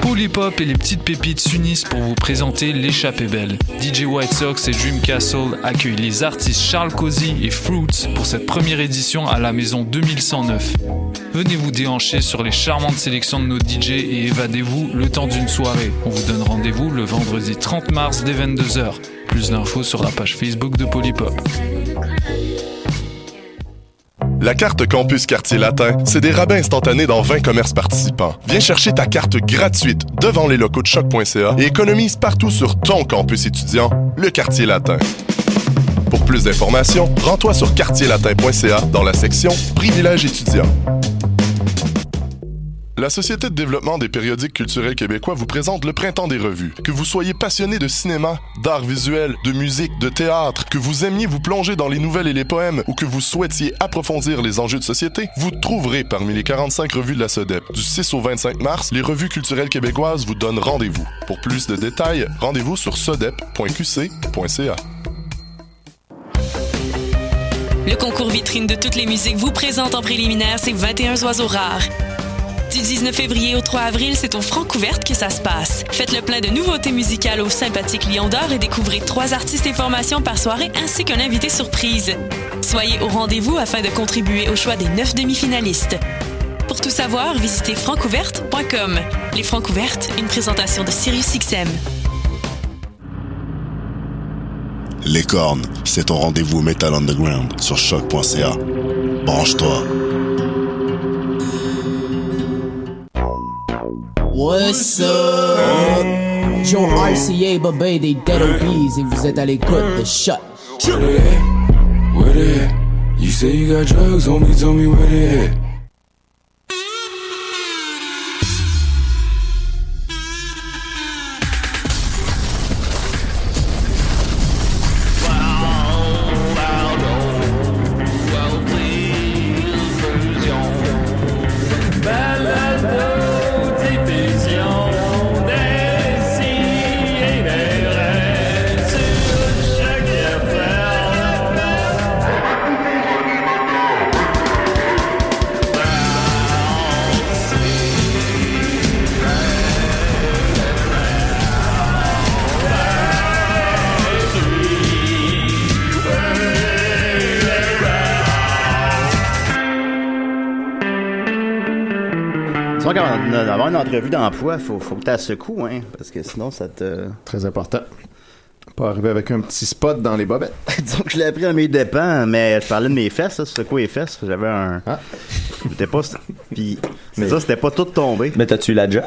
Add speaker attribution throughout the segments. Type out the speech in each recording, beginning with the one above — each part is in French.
Speaker 1: Polypop et les petites pépites s'unissent pour vous présenter l'échappée belle. DJ White Sox et Dream Castle accueillent les artistes Charles Cozy et Fruits pour cette première édition à la maison 2109. Venez vous déhancher sur les charmantes sélections de nos DJ et évadez-vous le temps d'une soirée. On vous donne rendez-vous le vendredi 30 mars dès 22h. Plus d'infos sur la page Facebook de Polypop.
Speaker 2: La carte Campus Quartier Latin, c'est des rabais instantanés dans 20 commerces participants. Viens chercher ta carte gratuite devant les locaux de choc.ca et économise partout sur ton campus étudiant, le Quartier Latin. Pour plus d'informations, rends-toi sur quartierlatin.ca dans la section Privilèges étudiants. La Société de développement des périodiques culturels québécois vous présente le Printemps des revues. Que vous soyez passionné de cinéma, d'art visuel, de musique, de théâtre, que vous aimiez vous plonger dans les nouvelles et les poèmes ou que vous souhaitiez approfondir les enjeux de société, vous trouverez parmi les 45 revues de la SODEP. Du 6 au 25 mars, les revues culturelles québécoises vous donnent rendez-vous. Pour plus de détails, rendez-vous sur sodep.qc.ca.
Speaker 3: Le concours vitrine de toutes les musiques vous présente en préliminaire ses 21 oiseaux rares. Du 19 février au 3 avril, c'est au Francouverte que ça se passe. Faites le plein de nouveautés musicales au sympathique Lion d'Or et découvrez trois artistes et formations par soirée ainsi qu'un invité surprise. Soyez au rendez-vous afin de contribuer au choix des neuf demi-finalistes. Pour tout savoir, visitez francouverte.com. Les Francouvertes, une présentation de SiriusXM.
Speaker 4: Les cornes, c'est ton rendez-vous Metal Underground sur choc.ca. Branche-toi.
Speaker 5: What's up? Yo, RCA, Babé, des Dead OBs, et vous êtes à l'écoute de Shut.
Speaker 6: Where they at? Where they at? You say you got drugs, homie, tell me where they at.
Speaker 7: Tu vois, quand on a- avant une entrevue d'emploi, faut, faut que tu secoues, hein, parce que sinon ça te...
Speaker 8: Très important. Pas arriver avec un petit spot dans les bobettes.
Speaker 7: Donc je l'ai appris à mes dépens, mais je parlais de mes fesses, là, secouer les fesses, j'avais un...
Speaker 8: Ah.
Speaker 7: J'étais pas... Puis c'est
Speaker 9: Mais-
Speaker 7: ça, c'était pas tout tombé.
Speaker 9: Mais t'as-tu la job?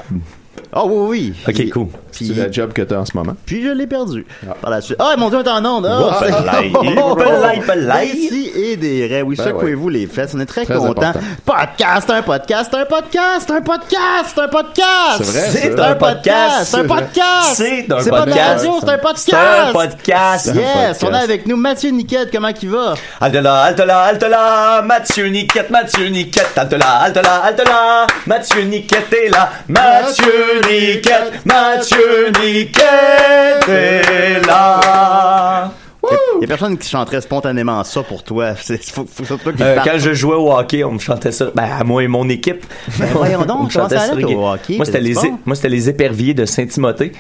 Speaker 7: Ah oui, oui, oui.
Speaker 9: Ok,
Speaker 7: Puis-
Speaker 9: cool.
Speaker 7: Puis,
Speaker 8: C'est le job que t'as en ce moment.
Speaker 7: puis je l'ai perdu. Par la suite. Ah, mon Dieu, on est en onde!
Speaker 9: Oh,
Speaker 7: Ah,
Speaker 9: pelay. Oh, pelay, pelay.
Speaker 7: Merci et des raies. Oui,
Speaker 8: Ben
Speaker 7: secouez-vous les fesses. On est très,
Speaker 8: Très
Speaker 7: contents.
Speaker 8: important.
Speaker 7: Podcast, un podcast, un podcast, un podcast, un podcast!
Speaker 8: C'est vrai,
Speaker 7: C'est
Speaker 8: ça.
Speaker 7: un podcast, c'est un
Speaker 8: C'est vrai.
Speaker 7: podcast!
Speaker 9: C'est un
Speaker 7: C'est pas de la
Speaker 9: podcast.
Speaker 7: radio, c'est un podcast!
Speaker 9: C'est un podcast. C'est un
Speaker 7: Yes!
Speaker 9: podcast.
Speaker 7: On est avec nous Mathieu Niquette, comment qu'il va?
Speaker 9: Halte là, halte là, halte là, Mathieu Niquette, Mathieu Niquette, halte là, halte là, halte là, Mathieu Niquette est là, Mathieu Niquette, Mathieu Niquette est là.
Speaker 7: Il y a personne qui chanterait spontanément ça pour toi. C'est- Faut, faut, faut toi qui
Speaker 9: Euh,
Speaker 7: parte.
Speaker 9: quand je jouais au hockey, on me chantait ça, ben, à moi et mon équipe.
Speaker 7: Ben, voyons donc,
Speaker 9: On me
Speaker 7: comment
Speaker 9: chantait
Speaker 7: ça allait,
Speaker 9: sur les-
Speaker 7: toi, au hockey?
Speaker 9: Moi, c'était
Speaker 7: T'es
Speaker 9: les,
Speaker 7: du
Speaker 9: é-
Speaker 7: bon?
Speaker 9: moi, c'était les éperviers de Saint-Timothée.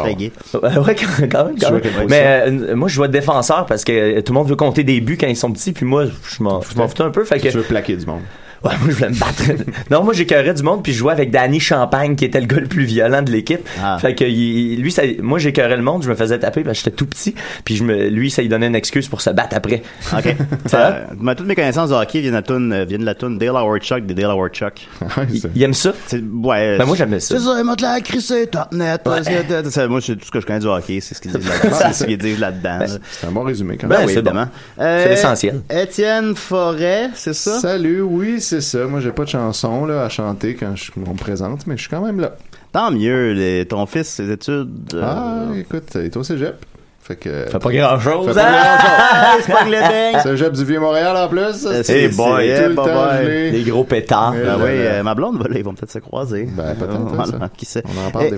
Speaker 7: Très gay.
Speaker 9: Euh, ouais, quand, quand même, quand même. Mais euh, moi, je jouais défenseur parce que euh, tout le monde veut compter des buts quand ils sont petits, puis moi, je m'en je m'en foutais un peu. Fait que,
Speaker 8: Tu veux plaquer du monde.
Speaker 9: ouais, moi, je voulais me battre. non, moi, j'écœurais du monde, puis je jouais avec Danny Champagne, qui était le gars le plus violent de l'équipe.
Speaker 7: Ah.
Speaker 9: Fait que il- lui, ça, moi, j'écœurais le monde, je me faisais taper parce que j'étais tout petit, puis je me, lui, ça lui donnait une excuse pour se battre après.
Speaker 7: OK.
Speaker 9: Ça va?
Speaker 7: Euh, ma- toutes mes connaissances de hockey viennent de la toune, euh, viennent de la toune Delaware Chuck des Delaware Chuck.
Speaker 9: Il, il aime ça.
Speaker 7: C'est, ouais.
Speaker 9: Ben, moi, j'aimais ça.
Speaker 7: C'est ça, moi, de la crissée, top net. parce que- de- de- ça, Moi, c'est tout ce que je connais du hockey, c'est ce qu'ils disent là-dedans. c'est ce qu'ils disent là-dedans. là.
Speaker 8: C'est un bon résumé quand
Speaker 9: Ben
Speaker 8: même.
Speaker 9: oui. c'est bon.
Speaker 7: Euh,
Speaker 9: C'est l'essentiel.
Speaker 7: Étienne Forêt, c'est ça?
Speaker 8: Salut, oui, c'est ça. Moi, j'ai pas de chanson là, à chanter quand je, on me présente, mais je suis quand même là.
Speaker 7: Tant mieux, les- ton fils, ses études. euh,
Speaker 8: Ah, écoute, il est au cégep. Fait que.
Speaker 10: Fait pas grand chose.
Speaker 8: Fait pas
Speaker 10: Ah,
Speaker 8: grand-chose.
Speaker 7: hein? c'est Eh pas que le beigne.
Speaker 8: C'est le Jeb du Vieux-Montréal en plus.
Speaker 10: Hey
Speaker 7: C'est-
Speaker 10: boy,
Speaker 7: c'est-
Speaker 8: tout
Speaker 10: hey,
Speaker 8: le
Speaker 10: boy,
Speaker 8: temps
Speaker 10: boy.
Speaker 8: gelé.
Speaker 10: Les gros pétards.
Speaker 8: Mais
Speaker 7: Ah
Speaker 8: là,
Speaker 7: oui,
Speaker 8: là.
Speaker 7: euh, ma blonde, voilà, ils vont peut-être se croiser.
Speaker 8: Ben, peut-être, hein, ça.
Speaker 7: qui sait.
Speaker 8: On en parle
Speaker 7: Et-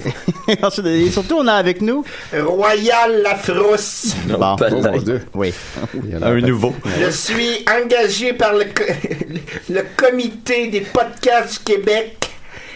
Speaker 8: des
Speaker 7: Ensuite, et surtout, on a avec nous.
Speaker 11: Royal Lafrousse.
Speaker 10: Non,
Speaker 7: Bon.
Speaker 10: pas
Speaker 8: Oh
Speaker 10: de-
Speaker 8: mon Dieu.
Speaker 7: Oui.
Speaker 8: Il y a
Speaker 10: Un
Speaker 8: la-
Speaker 10: nouveau.
Speaker 11: Je suis engagé par le, co- le comité des podcasts du Québec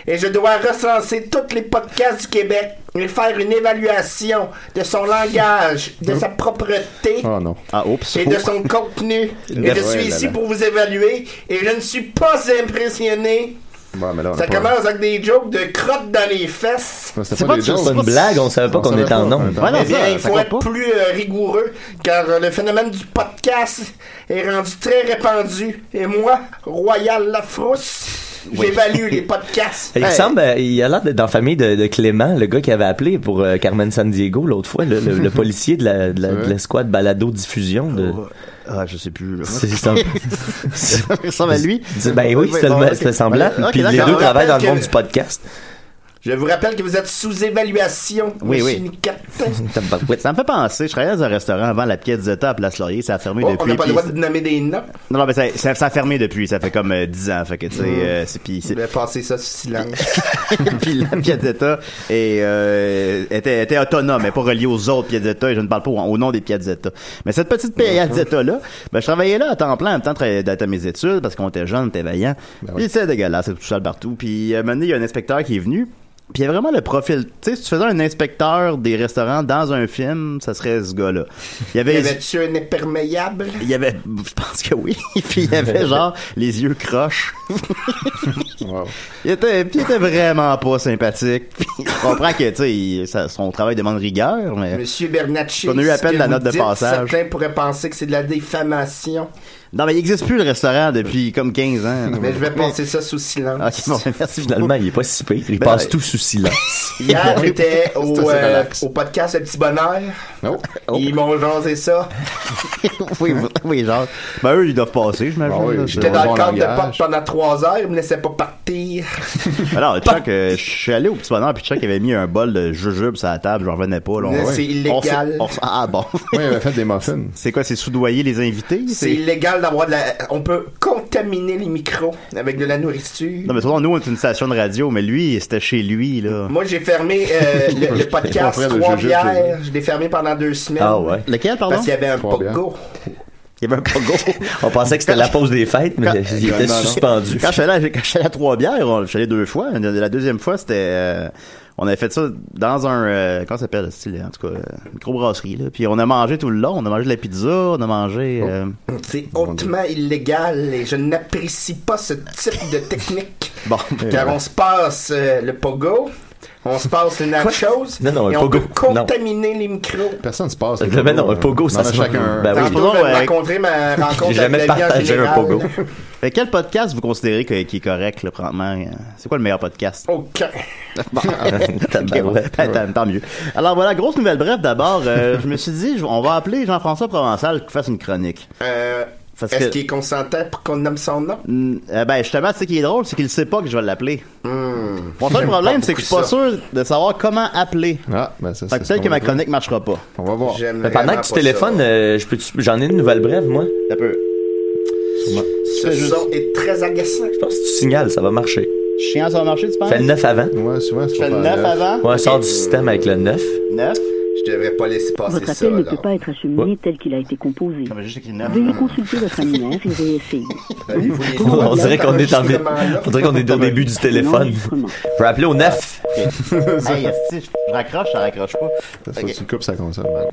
Speaker 11: et je dois recenser tous les podcasts du Québec et faire une évaluation de son langage, de sa propreté
Speaker 8: Oh non.
Speaker 7: Ah, oups.
Speaker 11: et de son contenu. Et je suis ici pour vous évaluer et je ne suis pas impressionné.
Speaker 8: Bon, mais là,
Speaker 9: Ah,
Speaker 8: on a
Speaker 11: Ça
Speaker 8: pas-
Speaker 11: commence avec des jokes de crotte dans les fesses.
Speaker 8: Ouais,
Speaker 7: C'est
Speaker 8: C'était
Speaker 7: pas
Speaker 8: pas des
Speaker 7: du- c'est
Speaker 8: jokes.
Speaker 10: C'est pas une blague, on savait pas
Speaker 8: On
Speaker 10: qu'on
Speaker 8: savait
Speaker 10: était en
Speaker 8: pas.
Speaker 10: nombre.
Speaker 7: Ouais, non,
Speaker 11: Eh bien,
Speaker 7: ça,
Speaker 11: il
Speaker 7: ça
Speaker 11: faut
Speaker 7: compte
Speaker 11: être
Speaker 7: pas.
Speaker 11: plus euh, rigoureux car euh, le phénomène du podcast est rendu très répandu. Et moi, Royal Lafrousse, j'évalue les podcasts.
Speaker 10: Il me semble, euh, il a l'air d'être dans la famille de, de Clément, le gars qui avait appelé pour euh, Carmen San Diego l'autre fois, le, le- le policier de la, de la- de l'escouade balado diffusion. De...
Speaker 7: Ah, je sais plus. là.
Speaker 10: C'est c'est un- c'est-
Speaker 7: Ça ressemble à lui.
Speaker 10: c'est- Ben oui, c'était
Speaker 7: bon,
Speaker 10: le-
Speaker 7: ok.
Speaker 10: c'était semblant.
Speaker 7: Ok,
Speaker 10: Puis les
Speaker 7: d'accord.
Speaker 10: deux travaillent dans le
Speaker 11: Rappelle
Speaker 10: monde
Speaker 11: que-
Speaker 10: du podcast.
Speaker 11: Je vous rappelle que vous êtes sous évaluation.
Speaker 7: Oui,
Speaker 11: monsieur
Speaker 7: oui.
Speaker 11: Niquette.
Speaker 10: Tabarouette.
Speaker 7: Ça me fait penser, je travaillais dans un restaurant avant la Piazzetta à Place Laurier, ça a fermé
Speaker 11: Oh, on
Speaker 7: depuis.
Speaker 11: n'a pas le
Speaker 7: puis-
Speaker 11: droit de nommer des noms.
Speaker 7: Non, non, mais ça, ça, ça a fermé depuis, ça fait comme euh, 10 ans, fait que tu sais,
Speaker 11: Mm.
Speaker 7: euh, c'est puis c'est-
Speaker 11: Je vais passer ça sous silence.
Speaker 7: puis la Piazzetta est, euh, était, était autonome, mais pas reliée aux autres Piazzetta, et je ne parle pas au, au nom des Piazzetta. Mais cette petite
Speaker 11: Mm-hmm.
Speaker 7: Piazzetta-là, ben, je travaillais là à temps plein, en même temps tra- d'être à mes études, parce qu'on était jeunes, on était vaillants.
Speaker 11: Ben
Speaker 7: Puis c'était dégueulasse, c'était tout sale partout. Puis à un moment donné, il y a un inspecteur qui est venu, puis il y a vraiment le profil. Tu sais, si tu faisais un inspecteur des restaurants dans un film, ça serait ce gars-là. Il y
Speaker 11: Y
Speaker 7: avait,
Speaker 11: avait-tu un imperméable?
Speaker 7: il y avait, je pense que oui. puis il y avait genre les yeux croches.
Speaker 8: Wow.
Speaker 7: Il était, puis il était vraiment pas sympathique. Puis je comprends que, tu sais, il- ça- son travail demande rigueur, mais.
Speaker 11: Monsieur Bernatchez.
Speaker 7: On a eu à
Speaker 11: ce
Speaker 7: peine
Speaker 11: que
Speaker 7: la
Speaker 11: vous
Speaker 7: note de
Speaker 11: dites,
Speaker 7: passage.
Speaker 11: Certains pourraient penser que c'est de la diffamation.
Speaker 7: Non, mais il existe plus le restaurant depuis comme 15 ans. Ah,
Speaker 11: Mais je vais passer ça sous silence.
Speaker 7: Ok, bon, merci
Speaker 10: Finalement,
Speaker 7: finalement.
Speaker 10: il est pas si pire. Il
Speaker 7: Ben,
Speaker 10: passe
Speaker 7: ouais.
Speaker 10: tout sous silence.
Speaker 11: Hier, j'étais
Speaker 8: C'est
Speaker 11: au,
Speaker 8: assez
Speaker 11: euh,
Speaker 8: relax.
Speaker 11: au podcast Le Petit Bonheur. Oh,
Speaker 8: Non.
Speaker 11: Ils m'ont jasé ça.
Speaker 7: oui, vous- oui, genre. Ben, eux, ils doivent passer, j'imagine.
Speaker 8: Ah oui,
Speaker 7: là,
Speaker 8: j'étais
Speaker 7: c'est-
Speaker 11: J'étais dans
Speaker 8: bon
Speaker 11: le cadre de
Speaker 8: langage.
Speaker 11: porte pendant trois heures. Ils me laissaient pas partir.
Speaker 7: Alors, Chuck, euh, je suis allé au petit bonheur, puis Chuck avait mis un bol de jujube sur la table, je revenais pas, là. on-
Speaker 11: Mais
Speaker 7: on-
Speaker 11: c'est illégal.
Speaker 7: on- ah bon.
Speaker 8: Moi, il avait fait des muffins.
Speaker 7: c'est quoi, c'est soudoyer les invités?
Speaker 11: C'est illégal d'avoir de la... On peut contaminer les micros avec de la nourriture.
Speaker 7: Non, mais souvent, nous, on est une station de radio, mais lui, c'était chez lui, là.
Speaker 11: Moi, j'ai fermé euh, le, le podcast
Speaker 8: Mon frère de
Speaker 11: Trois
Speaker 8: jujube, j'ai
Speaker 11: bières. Je l'ai fermé pendant deux semaines.
Speaker 10: Ah ouais.
Speaker 7: Lequel, pardon?
Speaker 11: Parce qu'il y avait un
Speaker 8: Trois bières.
Speaker 11: pogo.
Speaker 7: Il y avait un pogo.
Speaker 10: On pensait que c'était la pause des fêtes, mais il était
Speaker 8: Non, non.
Speaker 10: suspendu.
Speaker 7: Quand je suis allé, à- quand je suis allé à Trois-Bières, on- je suis allé deux fois. La deuxième fois, c'était... euh, on avait fait ça dans un... euh, comment ça s'appelle? style, En tout cas, euh, microbrasserie. Là. Puis on a mangé tout le long. On a mangé de la pizza, on a mangé... euh,
Speaker 11: C'est hautement illégal et je n'apprécie pas ce type de technique.
Speaker 7: Bon.
Speaker 11: Car on se passe euh, le pogo, on se passe les nachos,
Speaker 10: Non, non, un
Speaker 11: et on
Speaker 10: Oh, pogo,
Speaker 11: peut contaminer les micros.
Speaker 8: Personne se passe.
Speaker 10: Ben non, un pogo, ça
Speaker 8: se
Speaker 10: se-
Speaker 8: chacun.
Speaker 10: Ben oui.
Speaker 11: Tantôt,
Speaker 7: Pardon,
Speaker 11: je vais
Speaker 7: euh,
Speaker 11: raconter ma rencontre
Speaker 10: J'ai jamais
Speaker 11: avec la vie en
Speaker 10: partagé un
Speaker 11: général.
Speaker 10: pogo.
Speaker 7: Fait quel podcast vous considérez que- qui est correct, là, franchement? euh, C'est quoi le meilleur podcast?
Speaker 11: Aucun.
Speaker 7: Bon. Ok, ouais.
Speaker 10: Tabarouette.
Speaker 7: Tant- tant- tant mieux. Alors voilà, grosse nouvelle bref d'abord. euh, je me suis dit, je- on va appeler Jean-François Provençal qui fasse une chronique.
Speaker 11: Euh,
Speaker 7: Parce
Speaker 11: Est-ce
Speaker 7: que-
Speaker 11: qu'il est consentant pour qu'on nomme son nom?
Speaker 7: Mm, euh, ben justement, c'est qui est drôle, c'est qu'il sait pas que je vais l'appeler.
Speaker 11: Hmm.
Speaker 7: Mon seul problème, c'est que je suis pas sûr de savoir comment appeler.
Speaker 8: Ah, ben ça,
Speaker 7: Fait
Speaker 8: c'est.
Speaker 7: que
Speaker 8: ce
Speaker 7: peut-être que
Speaker 8: qu'on
Speaker 7: ma
Speaker 8: veut.
Speaker 7: chronique marchera pas.
Speaker 8: On va voir.
Speaker 11: J'aime
Speaker 10: Mais pendant
Speaker 11: vraiment
Speaker 10: que tu
Speaker 11: pas
Speaker 10: téléphones,
Speaker 11: ça.
Speaker 10: euh, je peux-tu- j'en ai une nouvelle brève, moi.
Speaker 7: Ça peut.
Speaker 11: ce son est très agaçant.
Speaker 10: Je pense que tu signales, ça va marcher.
Speaker 7: Chien sur le marché, tu penses?
Speaker 10: Fais le 9 avant.
Speaker 8: Ouais, souvent, c'est
Speaker 7: Je fais
Speaker 8: pas
Speaker 7: le
Speaker 8: par
Speaker 7: 9
Speaker 8: là.
Speaker 7: avant.
Speaker 10: Ouais, sort du système avec le 9.
Speaker 7: 9.
Speaker 11: Je devrais pas laisser passer
Speaker 12: Votre
Speaker 11: ça.
Speaker 12: appel ne
Speaker 11: là.
Speaker 12: peut pas être acheminé
Speaker 10: Ouais.
Speaker 12: tel qu'il a été composé.
Speaker 7: Non, mais juste Bah, écrit 9.
Speaker 12: Veuillez consulter votre annuaire et réessayer. Hein?
Speaker 11: Avez-vous les droits
Speaker 10: On
Speaker 11: de
Speaker 10: dirait qu'on est en
Speaker 11: l'enregistrement, là?
Speaker 10: on dirait qu'on est au début du téléphone.
Speaker 12: L'enregistrement.
Speaker 10: Je vais appeler au 9.
Speaker 7: hey, esti, je- je raccroche, ça raccroche pas.
Speaker 8: Ça,
Speaker 7: Ok.
Speaker 8: tu coupes sa console, man.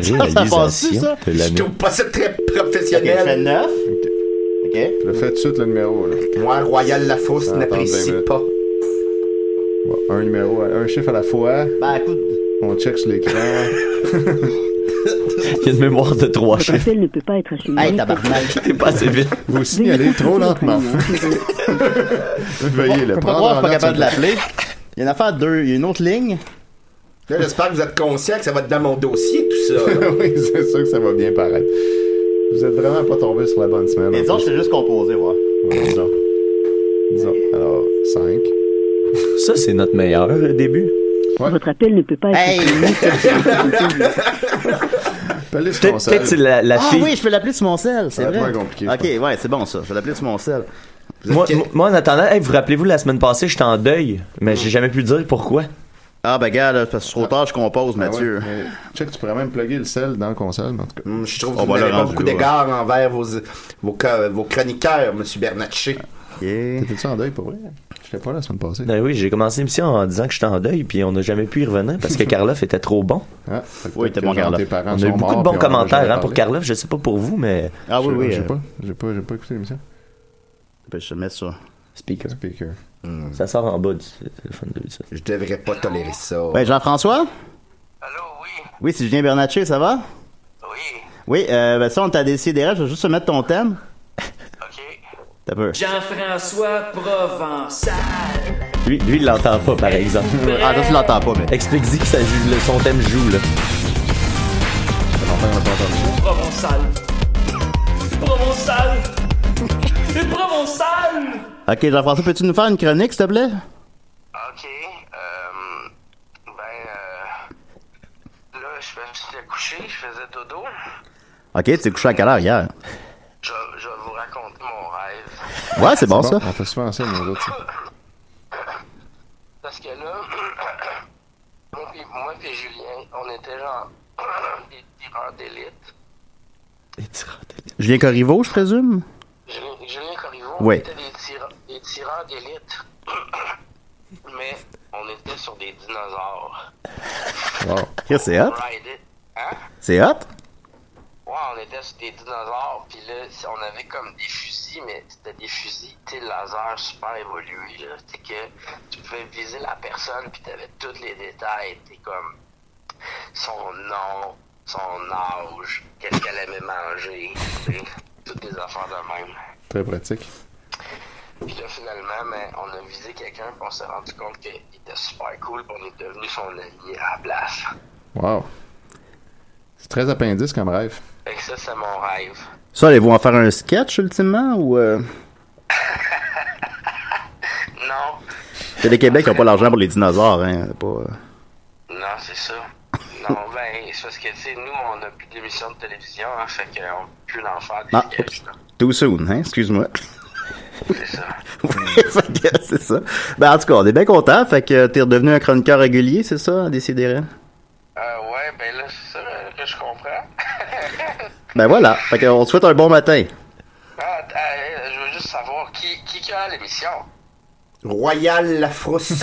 Speaker 7: Ça passe-tu, ça?
Speaker 10: de
Speaker 11: Je
Speaker 10: l'année.
Speaker 11: trouve pas ça très
Speaker 7: Ok, je fais
Speaker 11: professionnel.
Speaker 7: le 9. Ok.
Speaker 8: Le fait tout de suite le numéro, là.
Speaker 11: Moi, Royal Lafousse
Speaker 8: Attends,
Speaker 11: n'apprécie
Speaker 8: ben, ben.
Speaker 11: pas.
Speaker 8: Bon, un numéro, à- un chiffre à la fois.
Speaker 7: Ben, écoute.
Speaker 8: On check sur l'écran.
Speaker 10: Il y a une mémoire de 3
Speaker 12: Votre
Speaker 10: chiffres.
Speaker 12: appel ne peut pas être acheminé.
Speaker 7: Hey,
Speaker 12: tel qu'il a
Speaker 7: tabarnak.
Speaker 10: T'es pas assez vite.
Speaker 8: Vous
Speaker 12: Veuillez
Speaker 8: signalez
Speaker 12: consulter
Speaker 8: trop
Speaker 12: votre
Speaker 8: lentement.
Speaker 12: annuaire et réessayer.
Speaker 8: Veuillez
Speaker 7: Je
Speaker 8: le
Speaker 7: peux
Speaker 8: prendre.
Speaker 7: pas voir, je
Speaker 8: en
Speaker 7: suis pas
Speaker 8: note,
Speaker 7: capable de
Speaker 8: s'il vous
Speaker 7: l'appeler. Il y a une affaire 2, il y a une autre ligne.
Speaker 11: Là, j'espère que vous êtes conscient que ça va être dans mon dossier, tout ça. là.
Speaker 8: plaît. oui, c'est sûr que ça va bien paraître. Vous êtes vraiment pas tombé sur la bonne semaine.
Speaker 7: Mais
Speaker 8: en
Speaker 7: disons,
Speaker 8: plus.
Speaker 7: c'est juste composé, voir.
Speaker 8: Ouais, disons. Disons. Alors, 5.
Speaker 10: Ça, c'est notre meilleur euh, début.
Speaker 12: Votre appel ne peut pas être combiné
Speaker 8: Peut-être
Speaker 7: peut-être c'est la, la fille. Ah oui, je peux l'appeler sur mon sel,
Speaker 10: c'est vrai.
Speaker 7: Ok, ouais, c'est bon ça. Je vais l'appeler sur mon sel. Vous êtes
Speaker 10: Moi,
Speaker 7: quel-
Speaker 10: moi- moi, en attendant, hey, vous rappelez-vous, la semaine passée, j'étais en deuil, mais j'ai jamais pu dire pourquoi.
Speaker 7: Ah, ben, gars, là, parce que c'est trop tard, je compose, Mathieu.
Speaker 8: Ah ouais, mais check, tu pourrais même plugger le sel dans la console, mais en tout cas.
Speaker 11: Hmm, Je trouve que vous n'avez pas beaucoup d'égards envers vos, vos, co- vos chroniqueurs, M. Bernatchez.
Speaker 8: T'étais-tu en deuil pour vrai? J'étais pas là la semaine passée.
Speaker 10: Ben oui, j'ai commencé l'émission en disant que j'étais en deuil, puis on n'a jamais pu y revenir parce que Karloff était trop bon.
Speaker 8: Ah,
Speaker 7: Oui,
Speaker 10: était
Speaker 7: t'es bon, Karloff.
Speaker 10: On a eu beaucoup de bons commentaires hein, pour Karloff, je sais pas pour vous, mais.
Speaker 7: Ah oui,
Speaker 8: Je-
Speaker 7: oui.
Speaker 8: J'ai
Speaker 7: euh,
Speaker 8: pas, j'ai pas, j'ai pas écouté l'émission.
Speaker 7: ben, je te mets ça.
Speaker 10: Speaker.
Speaker 8: Speaker.
Speaker 10: Ça sort en bas du téléphone de ça.
Speaker 11: Je devrais pas tolérer ça.
Speaker 7: Ouais, Ben, Jean-François? Allô, oui. Oui, c'est Julien Bernatchez, ça va? Oui. Oui, euh, ben ça, on t'a décidé. Je vais juste te mettre ton thème. OK. T'as peur.
Speaker 13: Jean-François Provençal.
Speaker 10: Lui, lui, il l'entend pas, par exemple.
Speaker 7: Ah, ça, tu l'entends pas, mais.
Speaker 10: Explique-y que ça joue, le- son thème joue, là.
Speaker 13: Provençal. Provençal. C'est Provençal.
Speaker 7: OK, Jean-François, peux-tu nous faire une chronique, s'il te plaît?
Speaker 6: euh, ben, Là, je me suis couché, je faisais dodo.
Speaker 7: OK, tu t'es couché à quelle heure hier?
Speaker 6: Je, je vais vous raconter mon rêve.
Speaker 7: Ouais, c'est bon, ça.
Speaker 8: On fait souvent ça, nous autres. ça.
Speaker 6: Parce que là, moi et moi pis Julien, on était genre des tireurs d'élite.
Speaker 7: Julien Corriveau, je présume?
Speaker 6: Julien, Julien Corriveau,
Speaker 7: Oui.
Speaker 6: on était des, tire- des tireurs d'élite. Mais on était sur des dinosaures.
Speaker 7: Chris, c'est hot.
Speaker 6: Ride it. Hein?
Speaker 7: C'est hot?
Speaker 6: Ouais, on était sur des dinosaures, puis là, c- on avait comme des fusils, mais c'était des fusils, tu sais, laser super évolués, là. C'est que tu pouvais viser la personne, puis t'avais tous les détails, t'es comme son nom, son âge, qu'est-ce qu'elle aimait manger, tu sais, toutes des affaires de même.
Speaker 8: Très pratique.
Speaker 6: Puis là, finalement, ben, on a visé quelqu'un, puis on s'est rendu compte qu'il était super cool, puis on est devenu son ami à la place.
Speaker 8: Wow. C'est très appendice comme rêve.
Speaker 6: Fait que ça, c'est mon rêve.
Speaker 7: Ça, allez-vous en faire un sketch, ultimement, ou... Euh...
Speaker 6: Non,
Speaker 7: C'est les Québec qui n'ont pas l'argent pour les dinosaures, hein. c'est Pas... euh.
Speaker 6: Non, c'est ça. Non, ben, c'est parce que, tu sais, nous, on n'a plus d'émissions de télévision, hein, fait qu'on peut plus l'en faire des
Speaker 7: Ah,
Speaker 6: sketchs,
Speaker 7: oups.
Speaker 6: là.
Speaker 7: Too soon, hein, excuse-moi.
Speaker 6: C'est ça.
Speaker 7: oui, fait que c'est ça. Ben, en tout cas, on est bien content. Fait que euh, t'es redevenu un chroniqueur régulier, c'est ça, décidément?
Speaker 6: Euh, ouais, ben là, c'est ça euh, que je comprends.
Speaker 7: Ben voilà. Fait qu'on te souhaite un bon matin.
Speaker 6: Ah, t- ah, euh, je veux juste savoir qui, qui, qui a l'émission.
Speaker 11: Royal Lafrousse.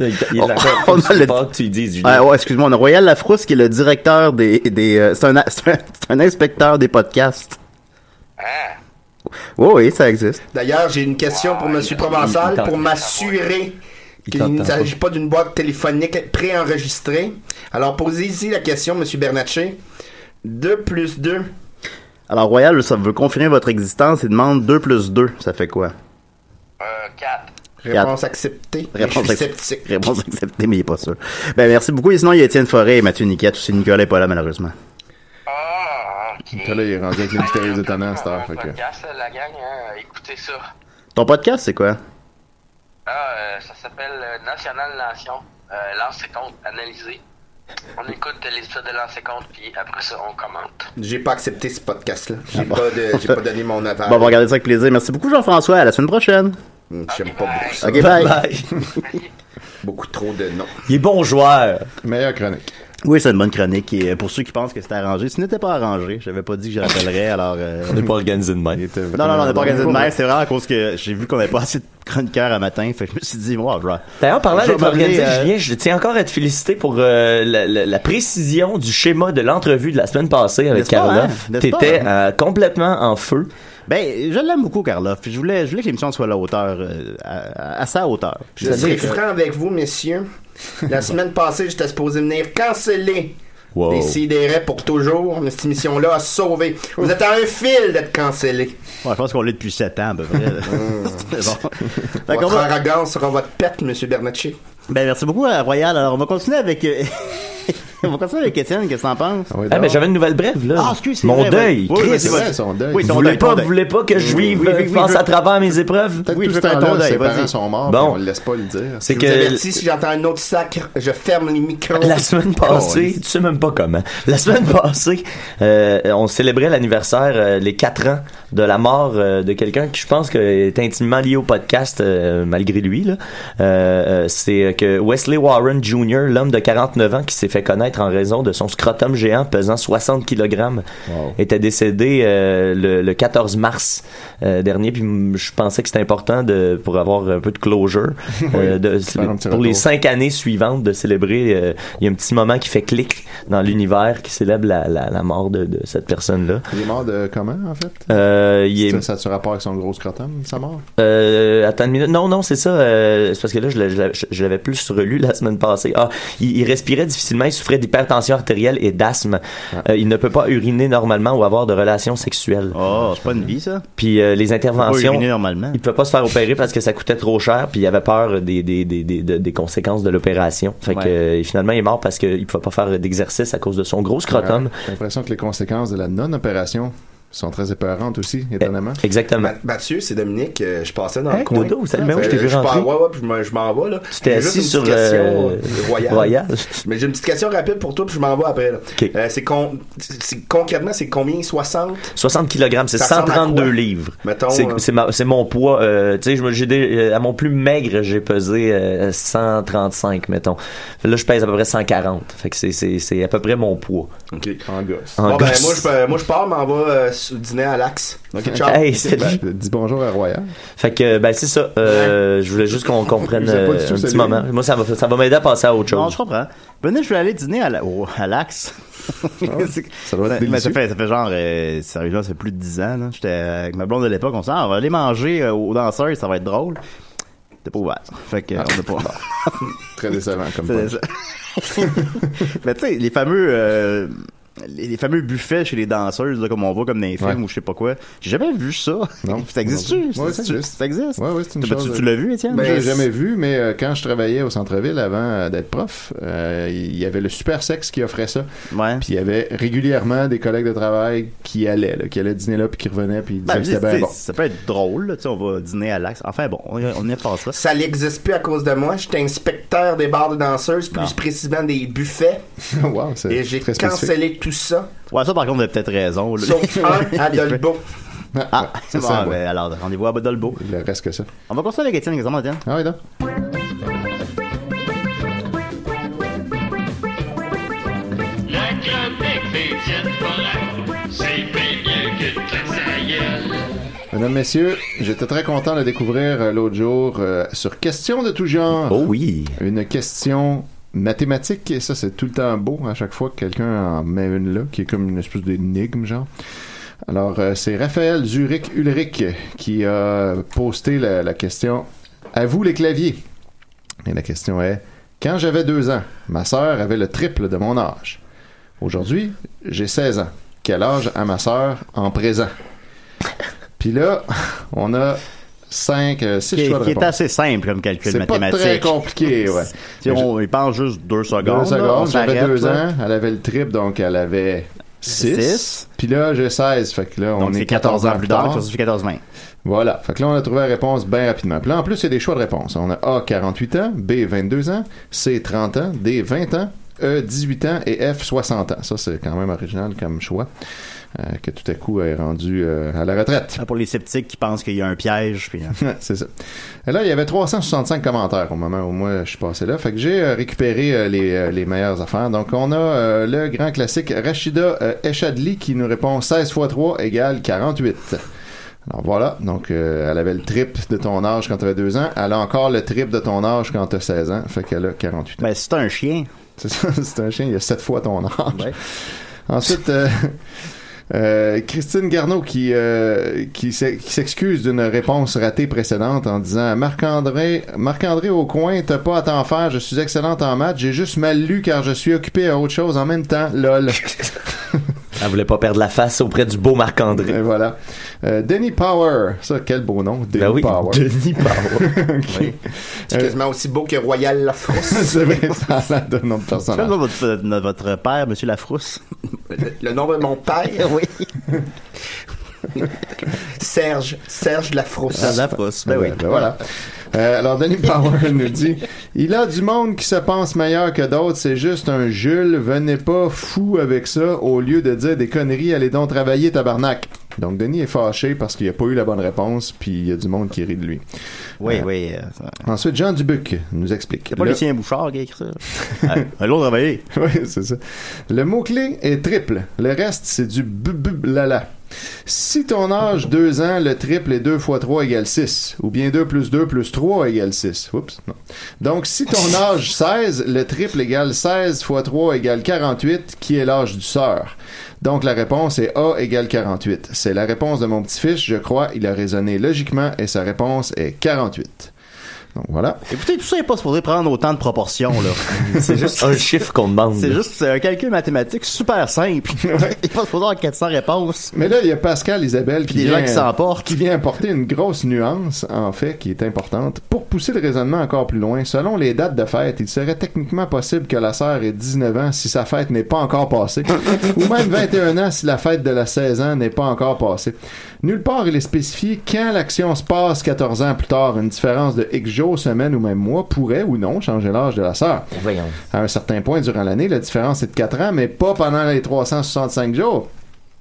Speaker 10: Il, il
Speaker 7: On-
Speaker 10: l'appelle
Speaker 7: on
Speaker 10: comme
Speaker 7: a le-
Speaker 10: pas que tu lui dises, Julien.
Speaker 7: Ah, Euh, ouais, excuse-moi, on a Royal Lafrousse qui est le directeur des. des euh, c'est, un, a- c'est, un, c'est un inspecteur des podcasts. Oui, oui, ça existe.
Speaker 11: D'ailleurs, j'ai une question pour M.
Speaker 7: il- il
Speaker 11: Provençal
Speaker 7: t'entend.
Speaker 11: pour m'assurer
Speaker 7: Il
Speaker 11: qu'il ne
Speaker 7: t'entend
Speaker 11: s'agit pas d'une boîte téléphonique préenregistrée. Alors, posez ici la question, M. Bernatchez. 2 plus 2.
Speaker 7: Alors, Royal, ça veut confirmer votre existence et demande 2 plus 2. Ça fait quoi?
Speaker 11: Réponse acceptée. Mais je
Speaker 7: Réponse,
Speaker 11: suis
Speaker 7: ac-
Speaker 11: sceptique.
Speaker 7: réponse acceptée, mais il est pas sûr. Ben, merci beaucoup. Et sinon, il y a Étienne Forêt et Mathieu Niquette. Aussi, Nicolas n'est pas là, malheureusement.
Speaker 11: Ah,
Speaker 8: Nicolas, il est rendu avec les mystérieux étonnants à cette heure. Fait que...
Speaker 6: Podcast, là, la gang, hein, écoutez ça.
Speaker 7: Ton podcast, c'est quoi?
Speaker 6: Ah, euh, ça s'appelle euh, National Nation. Euh, Lancez compte, analysez. On écoute l'épisode de Lancez compte, puis après ça, on commente.
Speaker 11: J'ai pas accepté ce podcast-là. J'ai pas, de- j'ai pas donné mon aval.
Speaker 7: Bon, on va regarder ça avec plaisir. Merci beaucoup, Jean-François. À la semaine prochaine.
Speaker 11: J'aime pas beaucoup ça.
Speaker 7: Ok, bye.
Speaker 11: beaucoup trop de noms.
Speaker 10: Il est bon joueur.
Speaker 8: Meilleure chronique.
Speaker 7: Oui, c'est une bonne chronique. Et euh, pour ceux qui pensent que c'était arrangé, ce n'était pas arrangé. J'avais pas dit que je rappellerais, alors. euh,
Speaker 10: On n'est pas organisé de même.
Speaker 7: Non, non, non, on n'a pas organisé de merde. C'est vraiment à cause que j'ai vu qu'on n'avait pas assez de chroniqueurs à matin. Fait que je me suis dit, wow, right.
Speaker 10: D'ailleurs, parlant
Speaker 7: Je vais
Speaker 10: d'être organisé,
Speaker 7: m'amener, euh,
Speaker 10: Julien, je tiens encore à te féliciter pour euh, la, la- la précision du schéma de l'entrevue de la semaine passée avec
Speaker 7: N'est-ce pas, hein?
Speaker 10: Karloff.
Speaker 7: N'est-ce pas,
Speaker 10: T'étais
Speaker 7: hein?
Speaker 10: euh, complètement en feu.
Speaker 7: Ben, je l'aime beaucoup, Carla. Puis je voulais, je voulais que l'émission soit à la hauteur, euh, à, à- à sa hauteur.
Speaker 11: Je serai franc avec vous, messieurs. La semaine passée, j'étais supposé venir canceller
Speaker 7: Wow.
Speaker 11: Décideret pour toujours. Mais cette émission-là a sauvé. Vous êtes à un fil d'être cancellé.
Speaker 7: Ouais, je pense qu'on l'est depuis 7 ans, à peu près. C'est bon. Fait qu'on
Speaker 11: Votre
Speaker 7: va-
Speaker 11: arrogance sera votre perte, monsieur Bernatchez.
Speaker 7: Ben, merci beaucoup, euh, Royal. Alors, on va continuer avec. euh, On va continuer avec Étienne, qu'est-ce que t'en penses?
Speaker 9: Ah,
Speaker 10: ben,
Speaker 9: mais j'avais une nouvelle brève, là.
Speaker 7: Ah, excuse, c'est
Speaker 9: Mon
Speaker 7: vrai,
Speaker 9: deuil.
Speaker 7: oui. Oui,
Speaker 9: Chris.
Speaker 7: oui, c'est vrai, son deuil. Oui,
Speaker 9: Vous
Speaker 7: ton
Speaker 9: voulez
Speaker 7: deuil, ton
Speaker 9: pas,
Speaker 7: deuil.
Speaker 9: vous voulez pas que je
Speaker 7: Oui,
Speaker 9: vive,
Speaker 7: oui, oui,
Speaker 9: euh,
Speaker 7: oui,
Speaker 9: passe
Speaker 7: je-
Speaker 9: à travers mes épreuves?
Speaker 8: Tout ce temps-là, ses parents sont morts, puis on le laisse pas le dire.
Speaker 9: C'est
Speaker 11: Je
Speaker 9: que-
Speaker 11: vous avertis, si j'entends un autre sacre, je ferme les micros.
Speaker 8: Oh.
Speaker 11: Oh,
Speaker 9: La semaine passée, tu sais même pas comment. La semaine passée, euh, on célébrait l'anniversaire, euh, les 4 ans de la mort euh, de quelqu'un qui, je pense, que est intimement lié au podcast, euh, malgré lui. là. Euh, euh, c'est que Wesley Warren Jr., l'homme de 49 ans qui s'est fait connaître en raison de son scrotum géant pesant 60 kg, était décédé euh, le, le 14 mars euh, dernier. Puis m- je pensais que c'était important de, pour avoir un peu de closure euh, de-
Speaker 8: faire un petit
Speaker 9: pour les
Speaker 8: retour.
Speaker 9: cinq années suivantes de célébrer. euh, Il y a un petit moment qui fait clic dans l'univers qui célèbre la, la- la mort de, de cette personne-là.
Speaker 8: Il est mort de comment, en fait?
Speaker 9: Euh, il est-
Speaker 8: Ça, ça a-tu rapport avec son gros scrotum, sa mort?
Speaker 9: euh, attends une minute. Non, non, c'est ça. euh, c'est parce que là, je l'ai- je l'ai- je l'avais plus relu la semaine passée. Ah, il, il respirait difficilement, il souffrait d'hypertension artérielle et d'asthme.
Speaker 7: Ah.
Speaker 9: Euh, il ne peut pas uriner normalement ou avoir de relations sexuelles.
Speaker 7: Oh, c'est pas une vie, ça?
Speaker 9: Puis euh, les interventions.
Speaker 7: uriner normalement.
Speaker 9: Il ne pouvait pas se faire opérer parce que ça coûtait trop cher, puis il avait peur des, des, des, des, de- des conséquences de l'opération. Fait que
Speaker 8: Ouais.
Speaker 9: euh, finalement, il est mort parce qu'il ne pouvait pas faire d'exercice à cause de son gros scrotum.
Speaker 8: Ouais. Euh, J'ai l'impression que les conséquences de la non-opération sont très épeurantes aussi, étonnamment.
Speaker 9: Eh, Exactement.
Speaker 11: Mathieu, c'est Dominique. euh, je passais dans
Speaker 8: Hey,
Speaker 11: le coin.
Speaker 8: Claudeau, salut, mais oui,
Speaker 11: Euh,
Speaker 8: je t'ai vu
Speaker 11: pars-
Speaker 8: rentrer.
Speaker 11: Ouais, ouais, puis je m'en- je m'en vais, là.
Speaker 9: Tu t'es
Speaker 11: J'ai juste
Speaker 9: assis
Speaker 11: une petite
Speaker 9: sur,
Speaker 11: question,
Speaker 9: euh,
Speaker 11: euh, royale.
Speaker 9: Royal.
Speaker 11: Mais j'ai une petite question rapide pour toi, puis je m'en vais après, là. Euh, c'est con- c'est- concrètement, c'est combien? 60?
Speaker 9: 60 kg, c'est
Speaker 11: Ça ressemble à
Speaker 9: 132
Speaker 11: quoi?
Speaker 9: livres.
Speaker 11: Mettons,
Speaker 9: C'est-
Speaker 11: euh,
Speaker 9: c'est ma- c'est mon poids. euh, tu sais, je me- j'ai des- euh, à mon plus maigre, j'ai pesé euh, 135, mettons. Là, je pèse à peu près 140. Fait que c'est- c'est c'est à peu près mon poids.
Speaker 11: OK.
Speaker 8: En gosse.
Speaker 9: En
Speaker 11: Bon, ben,
Speaker 9: gosse.
Speaker 11: moi, je, euh, moi, je pars, m'en va euh, sous- dîner à l'axe. OK, ciao.
Speaker 9: Hey, salut.
Speaker 8: ben, dis bonjour à Royal.
Speaker 9: Fait que, ben, c'est ça. Euh, Je voulais juste qu'on comprenne
Speaker 7: Vous avez pas
Speaker 9: euh,
Speaker 7: du tout
Speaker 9: un petit
Speaker 7: salué.
Speaker 9: moment. Moi, ça va, ça va m'aider à passer à autre
Speaker 7: Non,
Speaker 9: chose.
Speaker 7: je comprends. Venez, je vais aller dîner à la- au- à l'axe. C'est-
Speaker 9: ça doit être
Speaker 7: mais ça
Speaker 9: délicieux.
Speaker 7: fait, ça fait genre, euh, sérieusement, ça fait plus de 10 ans. là. J'étais euh, avec ma blonde de l'époque, on s'est dit, ah, on va aller manger euh, au danseur, ça va être drôle. T'es pas ouvert. Fait que, euh, on n'a pas.
Speaker 8: Très décevant comme
Speaker 7: C'est
Speaker 8: punch.
Speaker 7: ça.
Speaker 11: Ben,
Speaker 7: Mais tu sais, les fameux. euh, les les fameux buffets chez les danseuses, là, comme on voit comme dans les films
Speaker 8: Ouais.
Speaker 7: ou je sais pas quoi. J'ai jamais vu ça. ça existe-tu?
Speaker 8: Ouais,
Speaker 7: Ça
Speaker 8: ça
Speaker 7: existe-tu?
Speaker 8: existe.
Speaker 7: Ça existe?
Speaker 8: Ouais, ouais, c'est une
Speaker 7: Tu-
Speaker 8: chose-
Speaker 7: Tu, tu l'as vu, Étienne?
Speaker 8: Ben, j'ai jamais vu, mais euh, quand je travaillais au centre-ville avant euh, d'être prof, euh, il y avait le super sexe qui offrait ça. Puis il y avait régulièrement des collègues de travail qui allaient, là, qui allaient dîner là, puis qui revenaient, puis ils disaient
Speaker 7: Ben,
Speaker 8: que
Speaker 7: tu sais,
Speaker 8: c'était bien bon.
Speaker 7: Ça peut être drôle, là, tu sais, on va dîner à l'axe. Enfin bon, on, y- on y repassera.
Speaker 11: Ça n'existe plus à cause de moi. J'étais inspecteur des bars de danseuses, plus
Speaker 7: Non.
Speaker 11: précisément des buffets.
Speaker 8: wow, c'est
Speaker 11: Et j'ai
Speaker 7: très spécifique.
Speaker 11: cancellé tout ça.
Speaker 7: Ouais, ça par contre, vous avez peut-être raison. là.
Speaker 11: Sauf un à Dolbo.
Speaker 7: Ah, c'est bon,
Speaker 8: ça, ouais.
Speaker 7: ben, alors rendez-vous à Badolbo.
Speaker 8: Il reste que ça.
Speaker 7: On va continuer avec Étienne, exactement, Étienne.
Speaker 8: Ah oui, donc.
Speaker 13: La chronique des diètes forêts, c'est bien mieux que de la
Speaker 8: Mesdames, Messieurs, j'étais très content de découvrir euh, l'autre jour euh, sur Question de tout genre. Oh
Speaker 9: oui.
Speaker 8: Une question mathématique, et ça c'est tout le temps beau à chaque fois que quelqu'un en met une là, qui est comme une espèce d'énigme genre. Alors euh, c'est Raphaël Zurich Ulrich qui a posté la, la question à vous les claviers. Et la question est quand j'avais deux ans, ma sœur avait le triple de mon âge. Aujourd'hui, j'ai 16 ans. Quel âge a ma sœur en présent? Puis là, on a 5, 6
Speaker 7: Qui,
Speaker 8: choix de
Speaker 7: qui est
Speaker 8: réponse.
Speaker 7: assez simple comme calcul
Speaker 8: C'est pas
Speaker 7: mathématique.
Speaker 8: très compliqué, ouais.
Speaker 7: Si on y pense juste deux secondes.
Speaker 8: Deux
Speaker 7: là, on
Speaker 8: secondes, j'avais
Speaker 7: s'arrête,
Speaker 8: deux ans,
Speaker 7: là.
Speaker 8: elle avait le triple, donc elle avait 6.
Speaker 7: Six.
Speaker 8: Puis là, j'ai 16, fait que là, on
Speaker 7: Donc,
Speaker 8: est
Speaker 7: c'est 14 ans plus tard,
Speaker 8: tard.
Speaker 7: ça se fait 14 20.
Speaker 8: Voilà. Fait que là, on a trouvé la réponse bien rapidement. Puis là, en plus, il y a des choix de réponse. On a A, 48 ans, B, 22 ans, C, 30 ans, D, 20 ans, E, 18 ans et F, 60 ans. Ça, c'est quand même original comme choix, euh, que tout à coup est rendu euh, à la retraite.
Speaker 7: Ah, Pour les sceptiques qui pensent qu'il y a un piège, puis... hein.
Speaker 8: Ouais, c'est ça. Et là, il y avait 365 commentaires au moment où moi je suis passé là. Fait que j'ai euh, récupéré euh, les, euh, les meilleures affaires. Donc, on a euh, le grand classique Rachida euh, Echadli qui nous répond 16 x 3 égale 48. Alors voilà, donc euh, elle avait le triple de ton âge quand tu avais 2 ans, elle a encore le triple de ton âge quand tu as 16 ans, fait qu'elle a 48 ans.
Speaker 7: Ben c'est un chien.
Speaker 8: C'est ça, c'est un chien, il a 7 fois ton âge. Ensuite, euh, euh, Christine Garneau qui, euh, qui s'e- qui s'excuse d'une réponse ratée précédente en disant Marc-André Marc-André au coin, t'as pas à t'en faire, je suis excellente en maths, j'ai juste mal lu car je suis occupé à autre chose en même temps, lol.
Speaker 10: Elle voulait pas perdre la face auprès du beau Marc-André.
Speaker 8: Et voilà. Euh, Denny Power. Ça, quel beau nom. Denny
Speaker 10: Ben oui,
Speaker 8: Power.
Speaker 10: Denny
Speaker 8: Power.
Speaker 11: C'est quasiment aussi beau que Royal La France.
Speaker 8: C'est vrai, ça a l'air d'un nom de
Speaker 7: C'est
Speaker 8: personnage.
Speaker 7: comme votre, euh, votre père, Monsieur Lafrousse.
Speaker 11: le, le nom de mon père.
Speaker 7: oui.
Speaker 11: Serge. Serge La Frousse.
Speaker 7: Serge Lafrousse. Ben oui.
Speaker 8: Ben voilà. Euh, alors, Danny Power nous dit Il a du monde qui se pense meilleur que d'autres, c'est juste un Jules, venez pas fou avec ça, au lieu de dire des conneries, allez donc travailler, tabarnak. Donc, Denis est fâché parce qu'il a pas eu la bonne réponse, puis il y a du monde qui rit de lui.
Speaker 7: Oui,
Speaker 8: Euh,
Speaker 7: oui. euh, ça-
Speaker 8: Ensuite, Jean Dubuc nous explique.
Speaker 7: C'est pas
Speaker 8: Le-
Speaker 7: Lucien Bouchard qui a écrit ça. Ouais, Allons travailler.
Speaker 8: oui, c'est ça. Le mot-clé est triple. Le reste, c'est du bub-bub-lala. Si ton âge 2 ans, le triple est 2 fois 3 égale 6. Ou bien 2 plus 2 plus 3 égale 6. Oups, non. Donc, si ton âge 16, le triple égale 16 fois 3 égale 48, qui est l'âge du sœur. Donc, la réponse est A égale 48. C'est la réponse de mon petit-fils, je crois. Il a raisonné logiquement et sa réponse est 48. Donc, voilà.
Speaker 7: Écoutez, tout ça n'est pas supposé prendre autant de proportions, là.
Speaker 10: C'est juste un chiffre qu'on demande.
Speaker 7: C'est juste c'est un calcul mathématique super simple. Il n'est pas supposé avoir 400 réponses.
Speaker 8: Mais là, il y a Pascal Isabelle qui,
Speaker 7: Puis des gens
Speaker 8: vient,
Speaker 7: qui s'emportent.
Speaker 8: qui vient apporter une grosse nuance, en fait, qui est importante. Pour pousser le raisonnement encore plus loin, selon les dates de fête, il serait techniquement possible que la sœur ait 19 ans si sa fête n'est pas encore passée, ou même 21 ans si la fête de la 16 ans n'est pas encore passée. Nulle part il est spécifié quand l'action se passe 14 ans plus tard. Une différence de X jours, semaine ou même mois pourrait ou non changer l'âge de la sœur.
Speaker 10: Voyons.
Speaker 8: À un certain point durant l'année, la différence est de 4 ans, mais pas pendant les 365 jours.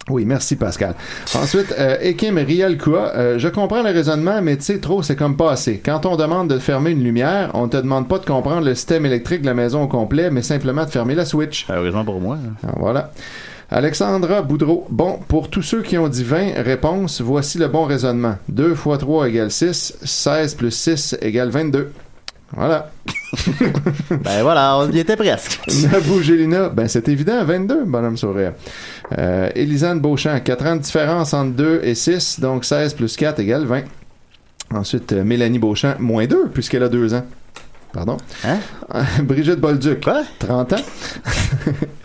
Speaker 8: Oui, merci Pascal. Ensuite, euh, Ekim Rielkoa, euh, je comprends le raisonnement, mais tu sais, trop, c'est comme pas assez. Quand on demande de fermer une lumière, on te demande pas de comprendre le système électrique de la maison au complet, mais simplement de fermer la switch.
Speaker 7: Heureusement pour moi. hein.
Speaker 8: Ah, Voilà. Alexandra Boudreau. Bon, pour tous ceux qui ont dit 20 réponses, voici le bon raisonnement. 2 fois 3 égale 6, 16 plus 6 égale 22. Voilà.
Speaker 7: Ben voilà, on y était presque.
Speaker 8: Nabougélina, ben c'est évident, 22, bonhomme sourire. Euh, Élisane Beauchamp, 4 ans de différence entre 2 et 6, donc 16 plus 4 égale 20. Ensuite, euh, Mélanie Beauchamp, moins 2, puisqu'elle a 2 ans. Pardon. Euh,
Speaker 7: Hein?
Speaker 8: Brigitte Bolduc, 30 ans.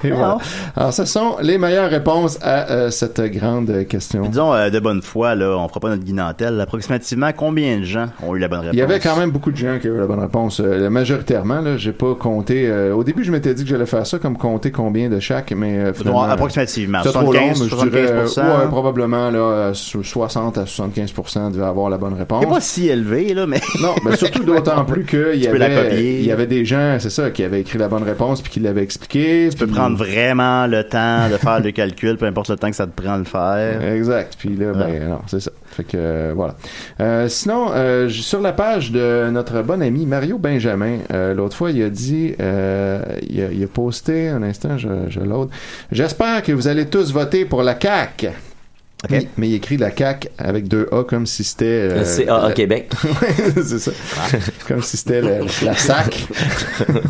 Speaker 8: Et voilà.
Speaker 7: Ah.
Speaker 8: Alors, ce sont les meilleures réponses à euh, cette grande question.
Speaker 7: Puis disons, euh, de bonne foi, là, on fera pas notre guinantelle. Approximativement, combien de gens ont eu la bonne réponse?
Speaker 8: Il y avait quand même beaucoup de gens qui avaient la bonne réponse. Euh, majoritairement, là, j'ai pas compté. euh, au début, je m'étais dit que j'allais faire ça comme compter combien de chaque, mais euh, finalement,
Speaker 7: Donc, approximativement.
Speaker 8: C'est trop long, mais
Speaker 7: 75,
Speaker 8: je dirais euh,
Speaker 7: 75
Speaker 8: ouais, probablement là, euh, so- 60 à 75 devaient avoir la bonne réponse.
Speaker 7: C'est pas si élevé, là, mais.
Speaker 8: Non, mais surtout d'autant plus qu'il y
Speaker 7: peux la
Speaker 8: avait
Speaker 7: copier.
Speaker 8: il y avait des gens, c'est ça, qui avaient écrit la bonne réponse puis qui l'avaient expliqué.
Speaker 7: Tu peux prendre vraiment le temps de faire le calcul, peu importe le temps que ça te prend de le faire.
Speaker 8: Exact. Puis là, ben
Speaker 7: Ouais.
Speaker 8: non, c'est ça. Fait que euh, voilà. Euh, sinon, euh, j- sur la page de notre bon ami Mario Benjamin, euh, l'autre fois, il a dit, euh, il, a, il a posté un instant, je, je l'aude. J'espère que vous allez tous voter pour la CAC.
Speaker 7: Ok.
Speaker 8: Mais, mais il écrit la CAC avec deux A comme si c'était euh,
Speaker 10: C'est ah, à Québec.
Speaker 8: Ouais, c'est ça. Comme si c'était le- la sac.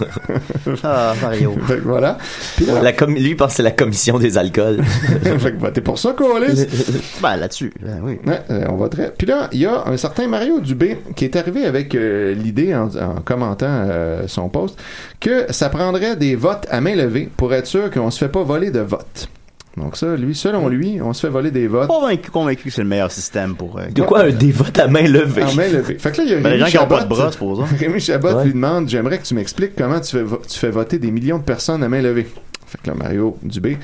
Speaker 7: Ah, Mario.
Speaker 8: Fait que voilà. Puis là,
Speaker 10: La com- lui, il pense que c'est la commission des alcools.
Speaker 8: fait que votez pour ça, Coalis.
Speaker 7: ben, là-dessus. Ben, oui.
Speaker 8: Ouais, euh, on va très. Puis là, il y a un certain Mario Dubé qui est arrivé avec euh, l'idée en, en commentant euh, son post que ça prendrait des votes à main levée pour être sûr qu'on se fait pas voler de votes. Donc ça, lui, selon lui, on se fait voler des votes
Speaker 7: Pas vaincu- convaincu que c'est le meilleur système pour. euh,
Speaker 10: De quoi un dévote à main levée?
Speaker 8: à main levée. Fait que là, il y a
Speaker 7: Ben, les
Speaker 8: Rémi
Speaker 7: gens qui ont pas de
Speaker 8: Chabot-
Speaker 7: bras, supposons.
Speaker 8: Rémi Chabot
Speaker 10: Ouais.
Speaker 8: lui demande J'aimerais que tu m'expliques comment tu fais, vo- tu fais voter des millions de personnes à main levée. Fait que là, Mario Dubé,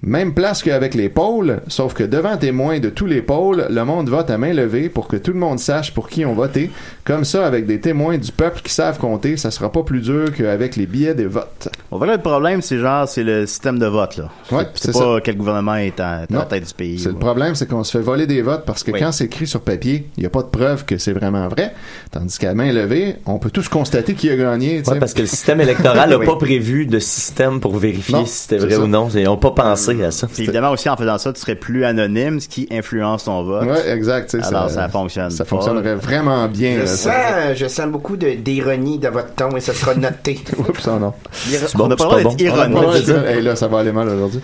Speaker 8: même place qu'avec les pôles, sauf que devant témoins de tous les pôles, le monde vote à main levée pour que tout le monde sache pour qui on voté. Comme ça, avec des témoins du peuple qui savent compter, ça sera pas plus dur qu'avec les billets des votes.
Speaker 7: On va là, le problème, c'est genre, c'est le système de vote, là.
Speaker 8: Ouais,
Speaker 7: c'est
Speaker 8: c'est
Speaker 7: pas quel gouvernement est en- est en
Speaker 8: Non.
Speaker 7: tête du pays.
Speaker 8: C'est le
Speaker 7: ouais.
Speaker 8: problème, c'est qu'on se fait voler des votes parce que
Speaker 7: Oui.
Speaker 8: quand c'est écrit sur papier, il n'y a pas de preuve que c'est vraiment vrai. Tandis qu'à main levée, on peut tous constater qui a gagné. tu
Speaker 10: Ouais,
Speaker 8: sais.
Speaker 10: parce que le système électoral n'a
Speaker 8: Oui.
Speaker 10: pas prévu de système pour vérifier
Speaker 8: Non,
Speaker 10: si c'était
Speaker 8: c'est
Speaker 10: vrai
Speaker 8: ça.
Speaker 10: ou non. Ils n'ont pas pensé à ça.
Speaker 7: Hmm. Puis évidemment aussi en faisant ça, tu serais plus anonyme, ce qui influence ton vote.
Speaker 8: Ouais, exact. tu sais,
Speaker 7: Alors ça, fonctionne.
Speaker 8: Ça
Speaker 7: pas.
Speaker 8: fonctionnerait vraiment bien.
Speaker 11: Je
Speaker 8: là,
Speaker 11: sens,
Speaker 8: ça.
Speaker 11: je sens beaucoup de- d'ironie de votre ton et ça sera noté.
Speaker 8: Oups, oh non.
Speaker 10: C'est bon,
Speaker 7: on n'a pas
Speaker 10: c'est
Speaker 7: le droit
Speaker 10: pas bon.
Speaker 7: d'être
Speaker 8: Ah,
Speaker 7: ironique.
Speaker 8: ouais,
Speaker 10: c'est ça.
Speaker 8: hey, là, ça va aller mal aujourd'hui.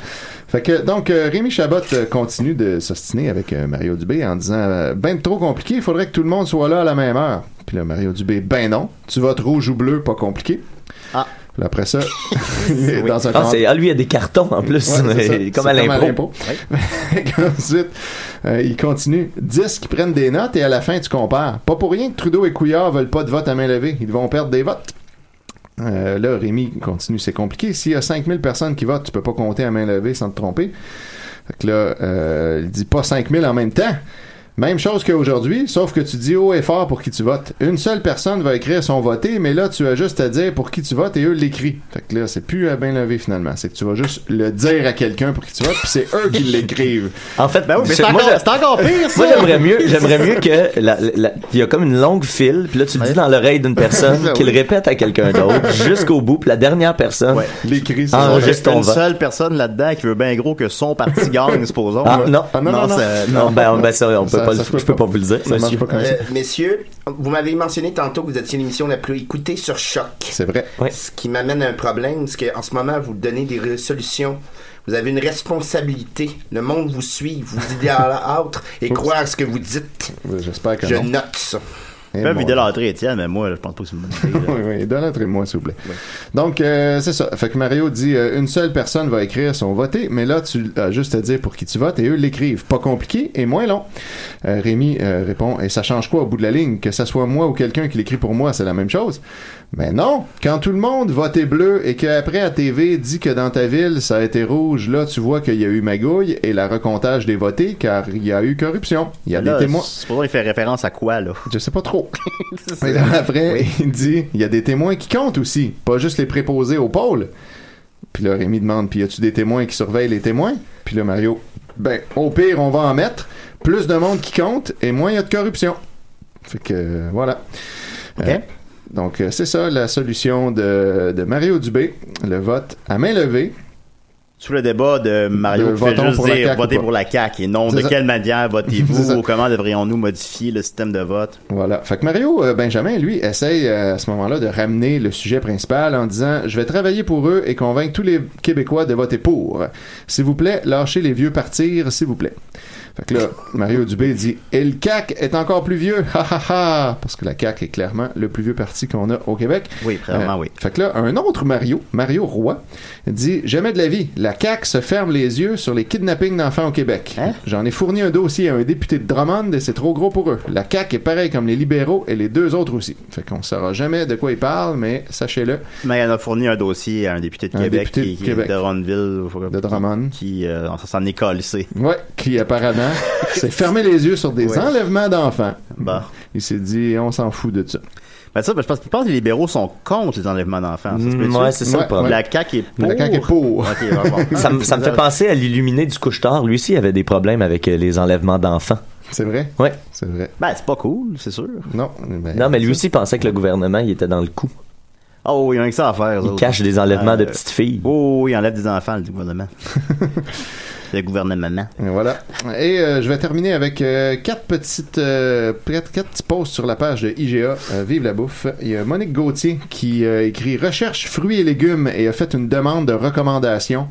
Speaker 8: Fait que, donc, euh, Rémi Chabot euh, continue de s'ostiner avec euh, Mario Dubé en disant euh, Ben trop compliqué, il faudrait que tout le monde soit là à la même heure. Puis là, Mario Dubé, ben non, tu votes rouge ou bleu, pas compliqué.
Speaker 7: Ah.
Speaker 8: Là, Après ça, dans un
Speaker 10: Ah,
Speaker 8: cadre-
Speaker 10: c'est- ah, lui, il y a des cartons en plus.
Speaker 8: Ouais, c'est ça.
Speaker 10: comme, à
Speaker 8: C'est
Speaker 10: l'impôt.
Speaker 8: Ensuite, euh, il continue. 10 qui prennent des notes et à la fin, tu compares. Pas pour rien que Trudeau et Couillard veulent pas de vote à main levée. Ils vont perdre des votes. Euh, là, Rémi continue, c'est compliqué. S'il y a 5000 personnes qui votent, tu peux pas compter à main levée sans te tromper. Fait que là, euh, il dit pas 5000 en même temps. Même chose qu'aujourd'hui, sauf que tu dis haut et fort pour qui tu votes. Une seule personne va écrire son voté, mais là, tu as juste à dire pour qui tu votes et eux l'écrivent. Fait que là, c'est plus à bien lever finalement. C'est que tu vas juste le dire à quelqu'un pour qui tu votes, puis c'est eux qui l'écrivent.
Speaker 10: En fait,
Speaker 8: ben
Speaker 10: oui, Oh, mais c'est encore- c'est
Speaker 8: encore pire,
Speaker 10: Moi, j'aimerais mieux, j'aimerais mieux que la- la- il y a comme une longue file, puis là, tu le dis dans l'oreille d'une personne,
Speaker 7: Ben
Speaker 10: qu'il
Speaker 7: oui.
Speaker 10: répète à quelqu'un d'autre jusqu'au bout, puis la dernière personne
Speaker 8: l'écrit.
Speaker 10: enregistre Ah, ton
Speaker 7: une
Speaker 10: vote.
Speaker 7: seule personne là-dedans qui veut bien gros que son parti gagne, supposons.
Speaker 10: Ah, non.
Speaker 7: ça-
Speaker 10: Non, ben, ben, ça, on peut
Speaker 7: Ça-
Speaker 10: pas, le-
Speaker 7: ça se peut
Speaker 10: je peux
Speaker 7: pas.
Speaker 10: pas vous le dire,
Speaker 7: Ça marche
Speaker 10: monsieur.
Speaker 7: pas comme
Speaker 11: Euh, messieurs, vous m'avez mentionné tantôt que vous étiez l'émission la plus écoutée sur Choc.
Speaker 8: C'est vrai.
Speaker 11: Ce qui m'amène à un problème, c'est qu'en ce moment, vous donnez des ré- solutions. Vous avez une responsabilité. Le monde vous suit, vous idée à la hâte et
Speaker 7: Oups.
Speaker 11: croire ce que vous dites.
Speaker 8: J'espère que
Speaker 11: Je
Speaker 8: non.
Speaker 11: note ça.
Speaker 8: Eh,
Speaker 7: Même
Speaker 8: mon
Speaker 7: vidéo l'entrée, tiens, mais moi, je pense pas que c'est une bonne idée.
Speaker 8: oui, oui, donne-moi, s'il vous plaît. Donc, euh, c'est ça. Fait que Mario dit euh, une seule personne va écrire son voté, mais là, tu as juste à dire pour qui tu votes et eux l'écrivent. Pas compliqué et moins long. Euh, Rémi euh, répond et ça change quoi au bout de la ligne Que ça soit moi ou quelqu'un qui l'écrit pour moi, c'est la même chose. Mais non, quand tout le monde votait bleu et qu'après à TV dit que dans ta ville ça a été rouge, là tu vois qu'il y a eu magouille et la recomptage des votés car il y a eu corruption. Il y a
Speaker 7: Là,
Speaker 8: des témoins.
Speaker 7: Supposons il fait référence à quoi, là?
Speaker 8: Je sais pas trop. Et là, après, il dit il y a des témoins qui comptent aussi, pas juste les préposés au pôle. Puis là, Rémi demande puis y a-tu des témoins qui surveillent les témoins Puis là, Mario ben, au pire, on va en mettre. Plus de monde qui compte et moins il y a de corruption. Fait que, euh, voilà. Euh, donc, euh, c'est ça la solution de, de Mario Dubé le vote à main levée.
Speaker 7: Sous le débat de
Speaker 8: De
Speaker 7: Mario qui fait
Speaker 8: votons
Speaker 7: juste
Speaker 8: pour la
Speaker 7: dire
Speaker 8: CAQ ou
Speaker 7: votez
Speaker 8: pas.
Speaker 7: pour la CAQ et non
Speaker 8: C'est
Speaker 7: de
Speaker 8: ça.
Speaker 7: quelle manière
Speaker 8: C'est
Speaker 7: votez-vous
Speaker 8: ça.
Speaker 7: ou comment devrions-nous modifier le système de vote.
Speaker 8: Voilà. Fait que Mario euh, Benjamin, lui, essaye euh, à ce moment-là de ramener le sujet principal en disant Je vais travailler pour eux et convaincre tous les Québécois de voter pour. S'il vous plaît, lâchez les vieux partir, s'il vous plaît. Fait que là, Mario Dubé dit Et le CAC est encore plus vieux, ha ha ha Parce que la CAC est clairement le plus vieux parti qu'on a au Québec. Euh,
Speaker 7: Oui, vraiment, oui.
Speaker 8: Fait que là, un autre Mario, Mario Roy, dit Jamais de la vie, la CAQ se ferme les yeux sur les kidnappings d'enfants au Québec.
Speaker 7: Hein?
Speaker 8: J'en ai fourni un dossier à un député de Drummond et c'est trop gros pour eux. La CAQ est pareil comme les libéraux et les deux autres aussi. Fait qu'on saura jamais de quoi il parle, mais sachez-le.
Speaker 7: Mais elle a fourni un dossier à un député de
Speaker 8: Un
Speaker 7: Québec,
Speaker 8: député
Speaker 7: qui,
Speaker 8: de
Speaker 7: qui-
Speaker 8: Québec.
Speaker 7: de Ronville, ou- qui- qui euh, s'en est calissé.
Speaker 8: Ouais, qui apparemment s'est fermé les yeux sur des
Speaker 7: Ouais.
Speaker 8: enlèvements d'enfants.
Speaker 7: Bah.
Speaker 8: Il s'est dit On s'en fout de ça.
Speaker 7: Ben ça, ben, je, pense, je pense que les libéraux sont contre les enlèvements d'enfants. Ça se peut-tu?
Speaker 10: Ouais, c'est ça le problème.
Speaker 7: La CAQ est pour.
Speaker 10: La CAQ est
Speaker 8: pour.
Speaker 7: Ok, ben, bon.
Speaker 10: ça, me- ça me fait penser à l'illuminé du couche-tard. Lui aussi, il avait des problèmes avec euh, les enlèvements d'enfants.
Speaker 8: C'est vrai?
Speaker 10: Oui.
Speaker 8: C'est vrai.
Speaker 7: Ben, c'est pas cool, c'est sûr.
Speaker 8: Non.
Speaker 10: non, mais lui aussi pensait que le gouvernement, il était dans le coup.
Speaker 7: Ah oui, il y a rien que ça à faire.
Speaker 10: Il cache des enlèvements de petites filles.
Speaker 7: Oh, il enlève des enfants, le gouvernement. le gouvernement.
Speaker 8: Et Voilà. Et euh, je vais terminer avec euh, quatre petites euh, quatre, quatre petits posts sur la page de IGA euh, Vive la bouffe. Il y a Monique Gauthier qui euh, écrit recherche fruits et légumes et a fait une demande de recommandation.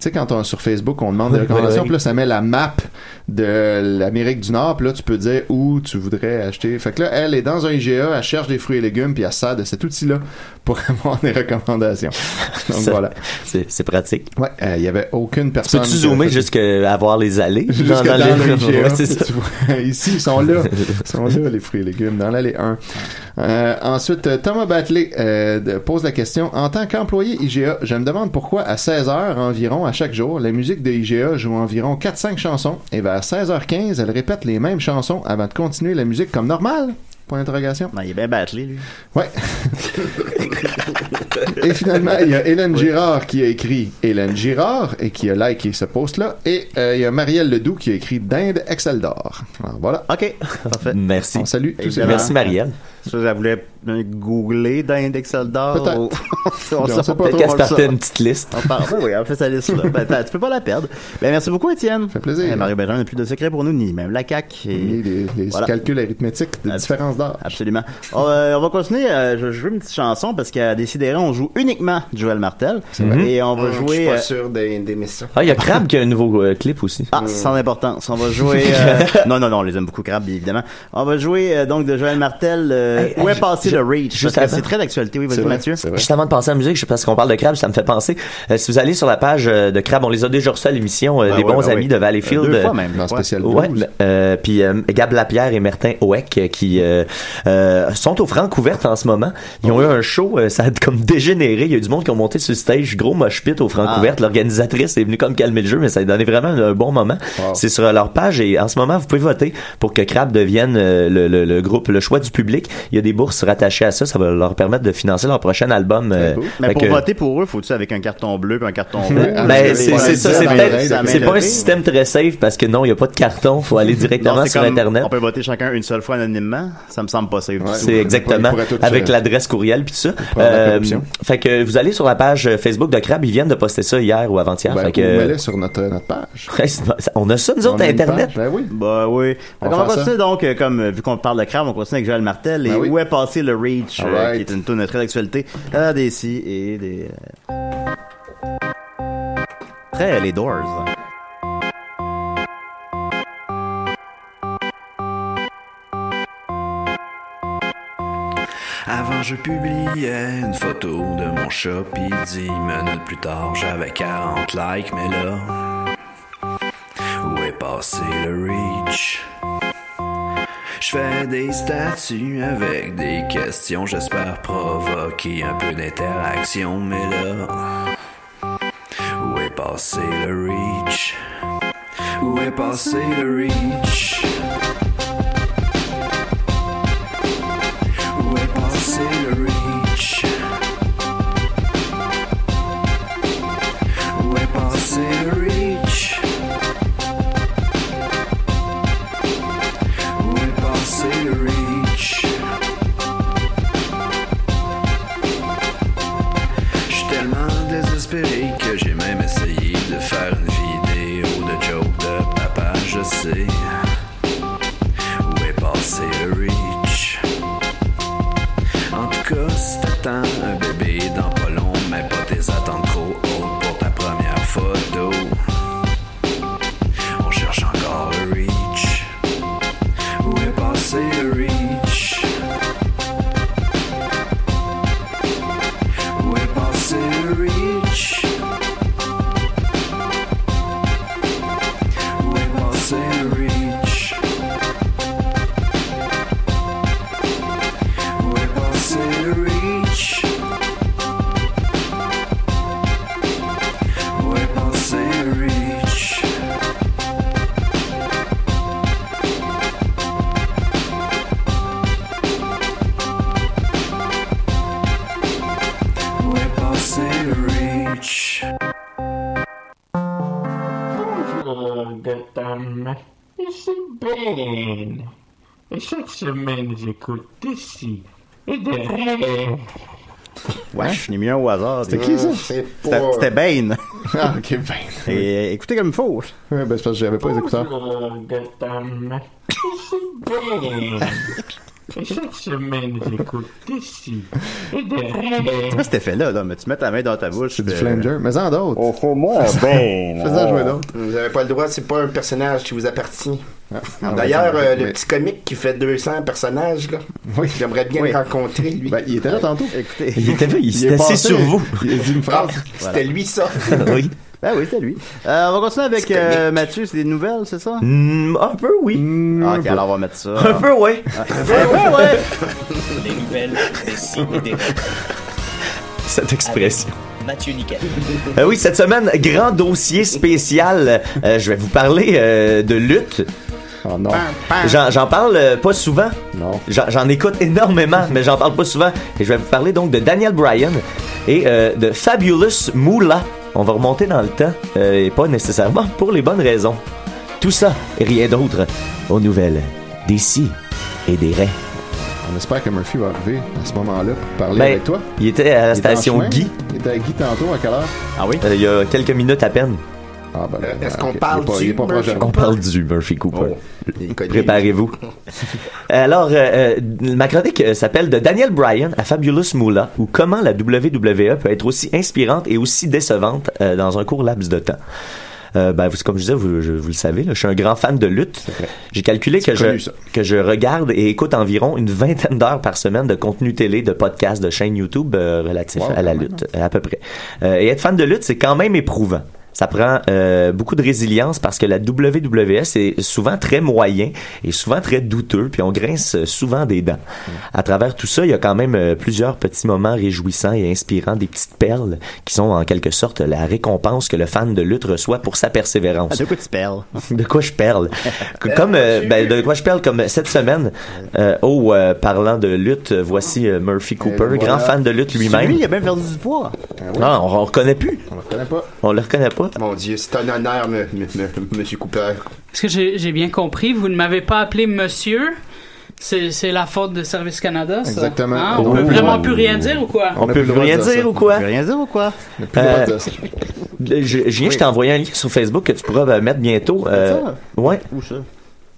Speaker 8: Tu sais, quand on, sur Facebook, on demande des
Speaker 10: Oui,
Speaker 8: recommandations,
Speaker 10: oui.
Speaker 8: puis là, ça met la map de l'Amérique du Nord, puis là, tu peux dire où tu voudrais acheter. Fait que là, elle est dans un IGA, elle cherche des fruits et légumes, puis elle se sert de cet outil-là pour avoir des recommandations. Donc
Speaker 10: Ça-
Speaker 8: voilà.
Speaker 10: C'est c'est pratique.
Speaker 8: Ouais, euh, il y avait aucune personne.
Speaker 10: Peux-tu
Speaker 8: qui a
Speaker 10: zoomer
Speaker 8: fait-
Speaker 10: jusqu'à avoir les allées?
Speaker 8: Jusque dans, hein. le IGA.
Speaker 10: Ouais, c'est ça.
Speaker 8: Tu vois, Ici, ils sont là. Ils sont là, les fruits et légumes, dans l'allée 1. Euh, ensuite, euh, Thomas Batley euh, de- pose la question. En tant qu'employé IGA, je me demande pourquoi à 16h environ, à chaque jour, la musique de IGA joue environ 4-5 chansons et vers 16h15, elle répète les mêmes chansons avant de continuer la musique comme normal. Point d'interrogation.
Speaker 7: Ben, il est bien battelé, lui.
Speaker 8: Ouais. Et finalement, il y a Hélène Girard qui a écrit Hélène Girard et qui a liké ce post-là. Et euh, il y a Marielle Ledoux qui a écrit Dinde Excel d'or. Alors, Voilà.
Speaker 7: OK. Parfait.
Speaker 10: Merci.
Speaker 8: On salue tous ces gens.
Speaker 10: Merci, Marielle.
Speaker 7: Ça, elle voulait euh, googler d'index soldat.
Speaker 8: Peut-être.
Speaker 7: on
Speaker 8: Je
Speaker 7: saura
Speaker 8: sais pas.
Speaker 7: peut-être
Speaker 8: Peut-être
Speaker 7: on
Speaker 8: qu'elle se
Speaker 7: le
Speaker 8: partait
Speaker 7: saura.
Speaker 8: une
Speaker 10: petite liste.
Speaker 7: On part- oui, oui, on fait sa liste là. Ben, attends, tu peux pas la perdre. Ben, merci beaucoup, Étienne. Ça fait
Speaker 8: plaisir.
Speaker 7: Mario Benjamin n'a plus de secret pour nous, ni même la CAQ. Et...
Speaker 8: Ni les, les
Speaker 7: Voilà.
Speaker 8: calculs arithmétiques de différence d'or.
Speaker 7: Absolument. On, euh, on va continuer. euh, je vais jouer une petite chanson parce qu'à Décidéré, on joue uniquement Joël Martel.
Speaker 10: vrai.
Speaker 7: Et on va
Speaker 11: Hum,
Speaker 7: jouer.
Speaker 11: Je suis pas
Speaker 7: euh,
Speaker 11: sûr des- d'aimer ça.
Speaker 10: Ah, il y a Crab qui a un nouveau euh, clip aussi.
Speaker 7: Ah, c'est sans importance. On va jouer. euh, non, non, non, on les aime beaucoup, Crabbe, évidemment. On va jouer euh, donc de Joël Martel, euh, euh, où est passé le reach? Parce que c'est très d'actualité. Oui, vas-y, Mathieu.
Speaker 9: Juste avant de penser à la musique, je- parce qu'on parle de Crabbe, ça me fait penser. euh, si vous allez sur la page euh, de Crabbe, on les a déjà reçus à l'émission, euh,
Speaker 7: Ah
Speaker 9: les
Speaker 7: ouais,
Speaker 9: bons
Speaker 7: ben
Speaker 9: amis
Speaker 7: oui.
Speaker 9: de Valleyfield.
Speaker 7: Deux fois
Speaker 9: euh,
Speaker 7: même, dans le spécial
Speaker 9: Ouais,
Speaker 7: blues.
Speaker 9: euh, puis euh, Gab Lapierre et Martin Oeck euh, qui euh, euh, sont aux Francouvertes en ce moment. Ils ont eu un show, euh, ça a comme dégénéré. Il y a eu du monde qui ont monté sur le stage, gros mosh pit aux
Speaker 7: Ah.
Speaker 9: Francouvertes. L'organisatrice est venue comme calmer le jeu, mais ça a donné vraiment un bon moment. C'est sur leur page et en ce moment, vous pouvez voter pour que Crab devienne euh, le, le- le groupe, le choix du public. Il y a des bourses rattachées à ça, ça va leur permettre de financer leur prochain album. euh,
Speaker 7: Mais
Speaker 9: fait
Speaker 7: pour
Speaker 9: que-
Speaker 7: voter pour eux, faut-tu avec un carton bleu puis un carton rouge?
Speaker 9: ben, c'est c'est ça, c'est
Speaker 7: Dans les règles,
Speaker 9: peut-être- c'est
Speaker 7: main
Speaker 9: pas un
Speaker 7: levée.
Speaker 9: système très safe parce que non, il n'y a pas de carton, faut aller
Speaker 7: Non,
Speaker 9: directement
Speaker 7: c'est
Speaker 9: sur
Speaker 7: comme,
Speaker 9: Internet.
Speaker 7: On peut voter chacun une seule fois anonymement. Ça me semble pas safe. du tout.
Speaker 9: C'est exactement
Speaker 8: euh,
Speaker 9: avec l'adresse courriel puis tout ça. Euh, fait que vous allez sur la page euh, Facebook de Crab, ils viennent de poster ça hier ou avant-hier.
Speaker 8: Ben,
Speaker 9: fait que-
Speaker 8: vous mettez sur notre, notre page.
Speaker 9: on a ça nous
Speaker 8: On
Speaker 9: autres
Speaker 8: a
Speaker 9: à
Speaker 8: une
Speaker 9: internet.
Speaker 8: page, Ben oui.
Speaker 7: Bah oui.
Speaker 8: On
Speaker 7: On,
Speaker 8: va
Speaker 7: va
Speaker 8: faire ça.
Speaker 7: continuer donc, euh, comme euh, vu qu'on parle de crabe, on continue avec Joël Martel. Et
Speaker 8: Ben oui.
Speaker 7: où est passé le Reach, euh,
Speaker 8: Alright.
Speaker 7: qui est une tournée très d'actualité à des si et des. euh, Très les Doors.
Speaker 14: Avant, je publiais une photo de mon chat, puis dix minutes plus tard, j'avais 40 likes, mais là, où est passé le reach? Je fais des statuts avec des questions, j'espère provoquer un peu d'interaction, mais là, où est passé le reach? Où est passé le reach? Où est passé le reach? Où est passé le reach? Où est passé le reach? Je suis tellement désespéré que j'ai même essayé de faire une vidéo de joke de papa, je sais. Où est passé le reach? En tout cas, si t'attends un bébé dans pas long, mais pas tes attentes trop hautes pour ta première photo. On cherche encore le reach. Où est passé le reach? Où est passé le reach? Où est passé le reach? Où est passé le reach? Où est passé le reach? Où est passé le reach?
Speaker 12: Bonjour, Gotham. Ici Ben. Et chaque semaine, j'écoute d'ici et derrière.
Speaker 7: Ouais, je n'ai mis un au hasard.
Speaker 8: Hein? C'était qui, ça?
Speaker 7: C'était c'était Bane.
Speaker 8: Ah, ok, Bane.
Speaker 7: Et, euh, écoutez comme il faut.
Speaker 8: Ouais, ben, c'est parce que j'avais pas les écouteurs.
Speaker 12: Bonjour, Gotham. Ici Ben. Et chaque semaine, j'écoute d'ici et
Speaker 7: C'est
Speaker 12: derrière.
Speaker 7: quoi cet effet-là, là? Mais tu mets ta main dans ta bouche. C'est
Speaker 8: Du flanger. Mais en d'autres.
Speaker 7: Oh, faut
Speaker 9: Ah,
Speaker 7: moi,
Speaker 9: ben,
Speaker 7: ben, Bane.
Speaker 8: Fais-en jouer d'autres.
Speaker 11: Vous n'avez pas le droit, c'est pas un personnage qui vous appartient.
Speaker 8: hein. Ah,
Speaker 11: D'ailleurs,
Speaker 8: ouais,
Speaker 11: euh,
Speaker 8: mais-
Speaker 11: le petit comique qui fait 200 personnages, là, j'aimerais bien le rencontrer, lui.
Speaker 8: Ben, il était là tantôt.
Speaker 7: Écoutez,
Speaker 9: Il était là, il
Speaker 8: est
Speaker 9: s'était assis
Speaker 8: passé.
Speaker 9: sur vous.
Speaker 8: Il a dit une phrase.
Speaker 11: C'était lui, ça.
Speaker 9: Oui.
Speaker 7: Ben oui, c'est lui. Euh, on va continuer avec euh, Mathieu, c'est des nouvelles, c'est ça?
Speaker 9: Hmm, un peu, oui. Ah,
Speaker 7: ok, alors on va mettre ça.
Speaker 9: Un peu, ouais.
Speaker 8: Ah.
Speaker 7: Un peu, ouais.
Speaker 15: Les nouvelles des si et des
Speaker 9: Cette expression.
Speaker 15: Mathieu Niquette.
Speaker 9: Euh, oui, cette semaine, grand dossier spécial. Euh, je vais vous parler euh, de lutte.
Speaker 8: Oh non.
Speaker 9: J'en j'en parle euh, pas souvent.
Speaker 8: Non.
Speaker 9: J'en j'en écoute énormément, mais j'en parle pas souvent. Et je vais vous parler donc de Daniel Bryan et euh, de Fabulous Moolah. On va remonter dans le temps, euh, et pas nécessairement pour les bonnes raisons. Tout ça et rien d'autre aux nouvelles des si et des raies.
Speaker 8: On espère que Murphy va arriver à ce moment-là pour parler
Speaker 9: Ben,
Speaker 8: avec toi.
Speaker 9: Il était à la
Speaker 8: Il était en
Speaker 9: station
Speaker 8: chemin.
Speaker 9: Guy.
Speaker 8: Il était à Guy tantôt, à quelle heure?
Speaker 9: Ah oui? il y a quelques minutes à peine.
Speaker 8: Ah ben,
Speaker 11: Euh, Est-ce qu'on parle
Speaker 8: du
Speaker 11: du Murphy Oh,
Speaker 9: On parle du Murphy Cooper.
Speaker 11: connaît.
Speaker 9: Préparez-vous. Alors, euh, euh, ma chronique euh, s'appelle De Daniel Bryan à Fabulous Moolah ou E Comment la WWE peut être aussi inspirante et aussi décevante euh, dans un court laps de temps. euh, ben, vous- comme je disais, vous, je- vous le savez, là, je suis un grand fan de lutte. J'ai calculé que
Speaker 8: connu,
Speaker 9: je,
Speaker 8: ça.
Speaker 9: que je regarde et écoute environ une vingtaine d'heures par semaine de contenu télé, de podcasts, de chaînes YouTube euh, relatifs
Speaker 8: Wow,
Speaker 9: à la
Speaker 8: quand même,
Speaker 9: lutte, euh, à peu près. Euh, et être fan de lutte, c'est quand même éprouvant. Ça prend euh, beaucoup de résilience parce que la WWS est souvent très moyen et souvent très douteux, puis on grince euh, souvent des dents. À travers tout ça, il y a quand même euh, plusieurs petits moments réjouissants et inspirants, des petites perles qui sont en quelque sorte la récompense que le fan de lutte reçoit pour sa persévérance.
Speaker 7: Ah, de quoi tu perles?
Speaker 9: De quoi je perle Que- Comme euh, ben, de quoi je perle comme cette semaine. euh, oh, euh, parlant de lutte, voici euh, Murphy Cooper,
Speaker 7: voilà.
Speaker 9: grand fan de lutte lui-même.
Speaker 7: Lui, il a bien perdu du poids.
Speaker 9: Ah, on, on reconnaît plus.
Speaker 7: On le
Speaker 9: reconnaît pas. On le reconnaît pas.
Speaker 11: Mon Dieu, c'est un honneur, me- me- me- monsieur Cooper.
Speaker 5: Est-ce que j'ai j'ai bien compris? Vous ne m'avez pas appelé monsieur? C'est c'est la faute de Service Canada, ça?
Speaker 8: Exactement.
Speaker 5: Hein,
Speaker 8: On
Speaker 5: On
Speaker 8: a
Speaker 5: peut
Speaker 8: plus le
Speaker 5: vraiment
Speaker 8: droit.
Speaker 5: plus rien dire ou quoi?
Speaker 9: On, peut plus rien dire, ou quoi
Speaker 7: On peut rien dire ou quoi
Speaker 8: plus le droit de
Speaker 9: Euh, je- Julien, je t'ai envoyé un lien sur Facebook que tu pourras euh, mettre bientôt. Euh,
Speaker 7: ça?
Speaker 9: ouais.
Speaker 7: Où ça?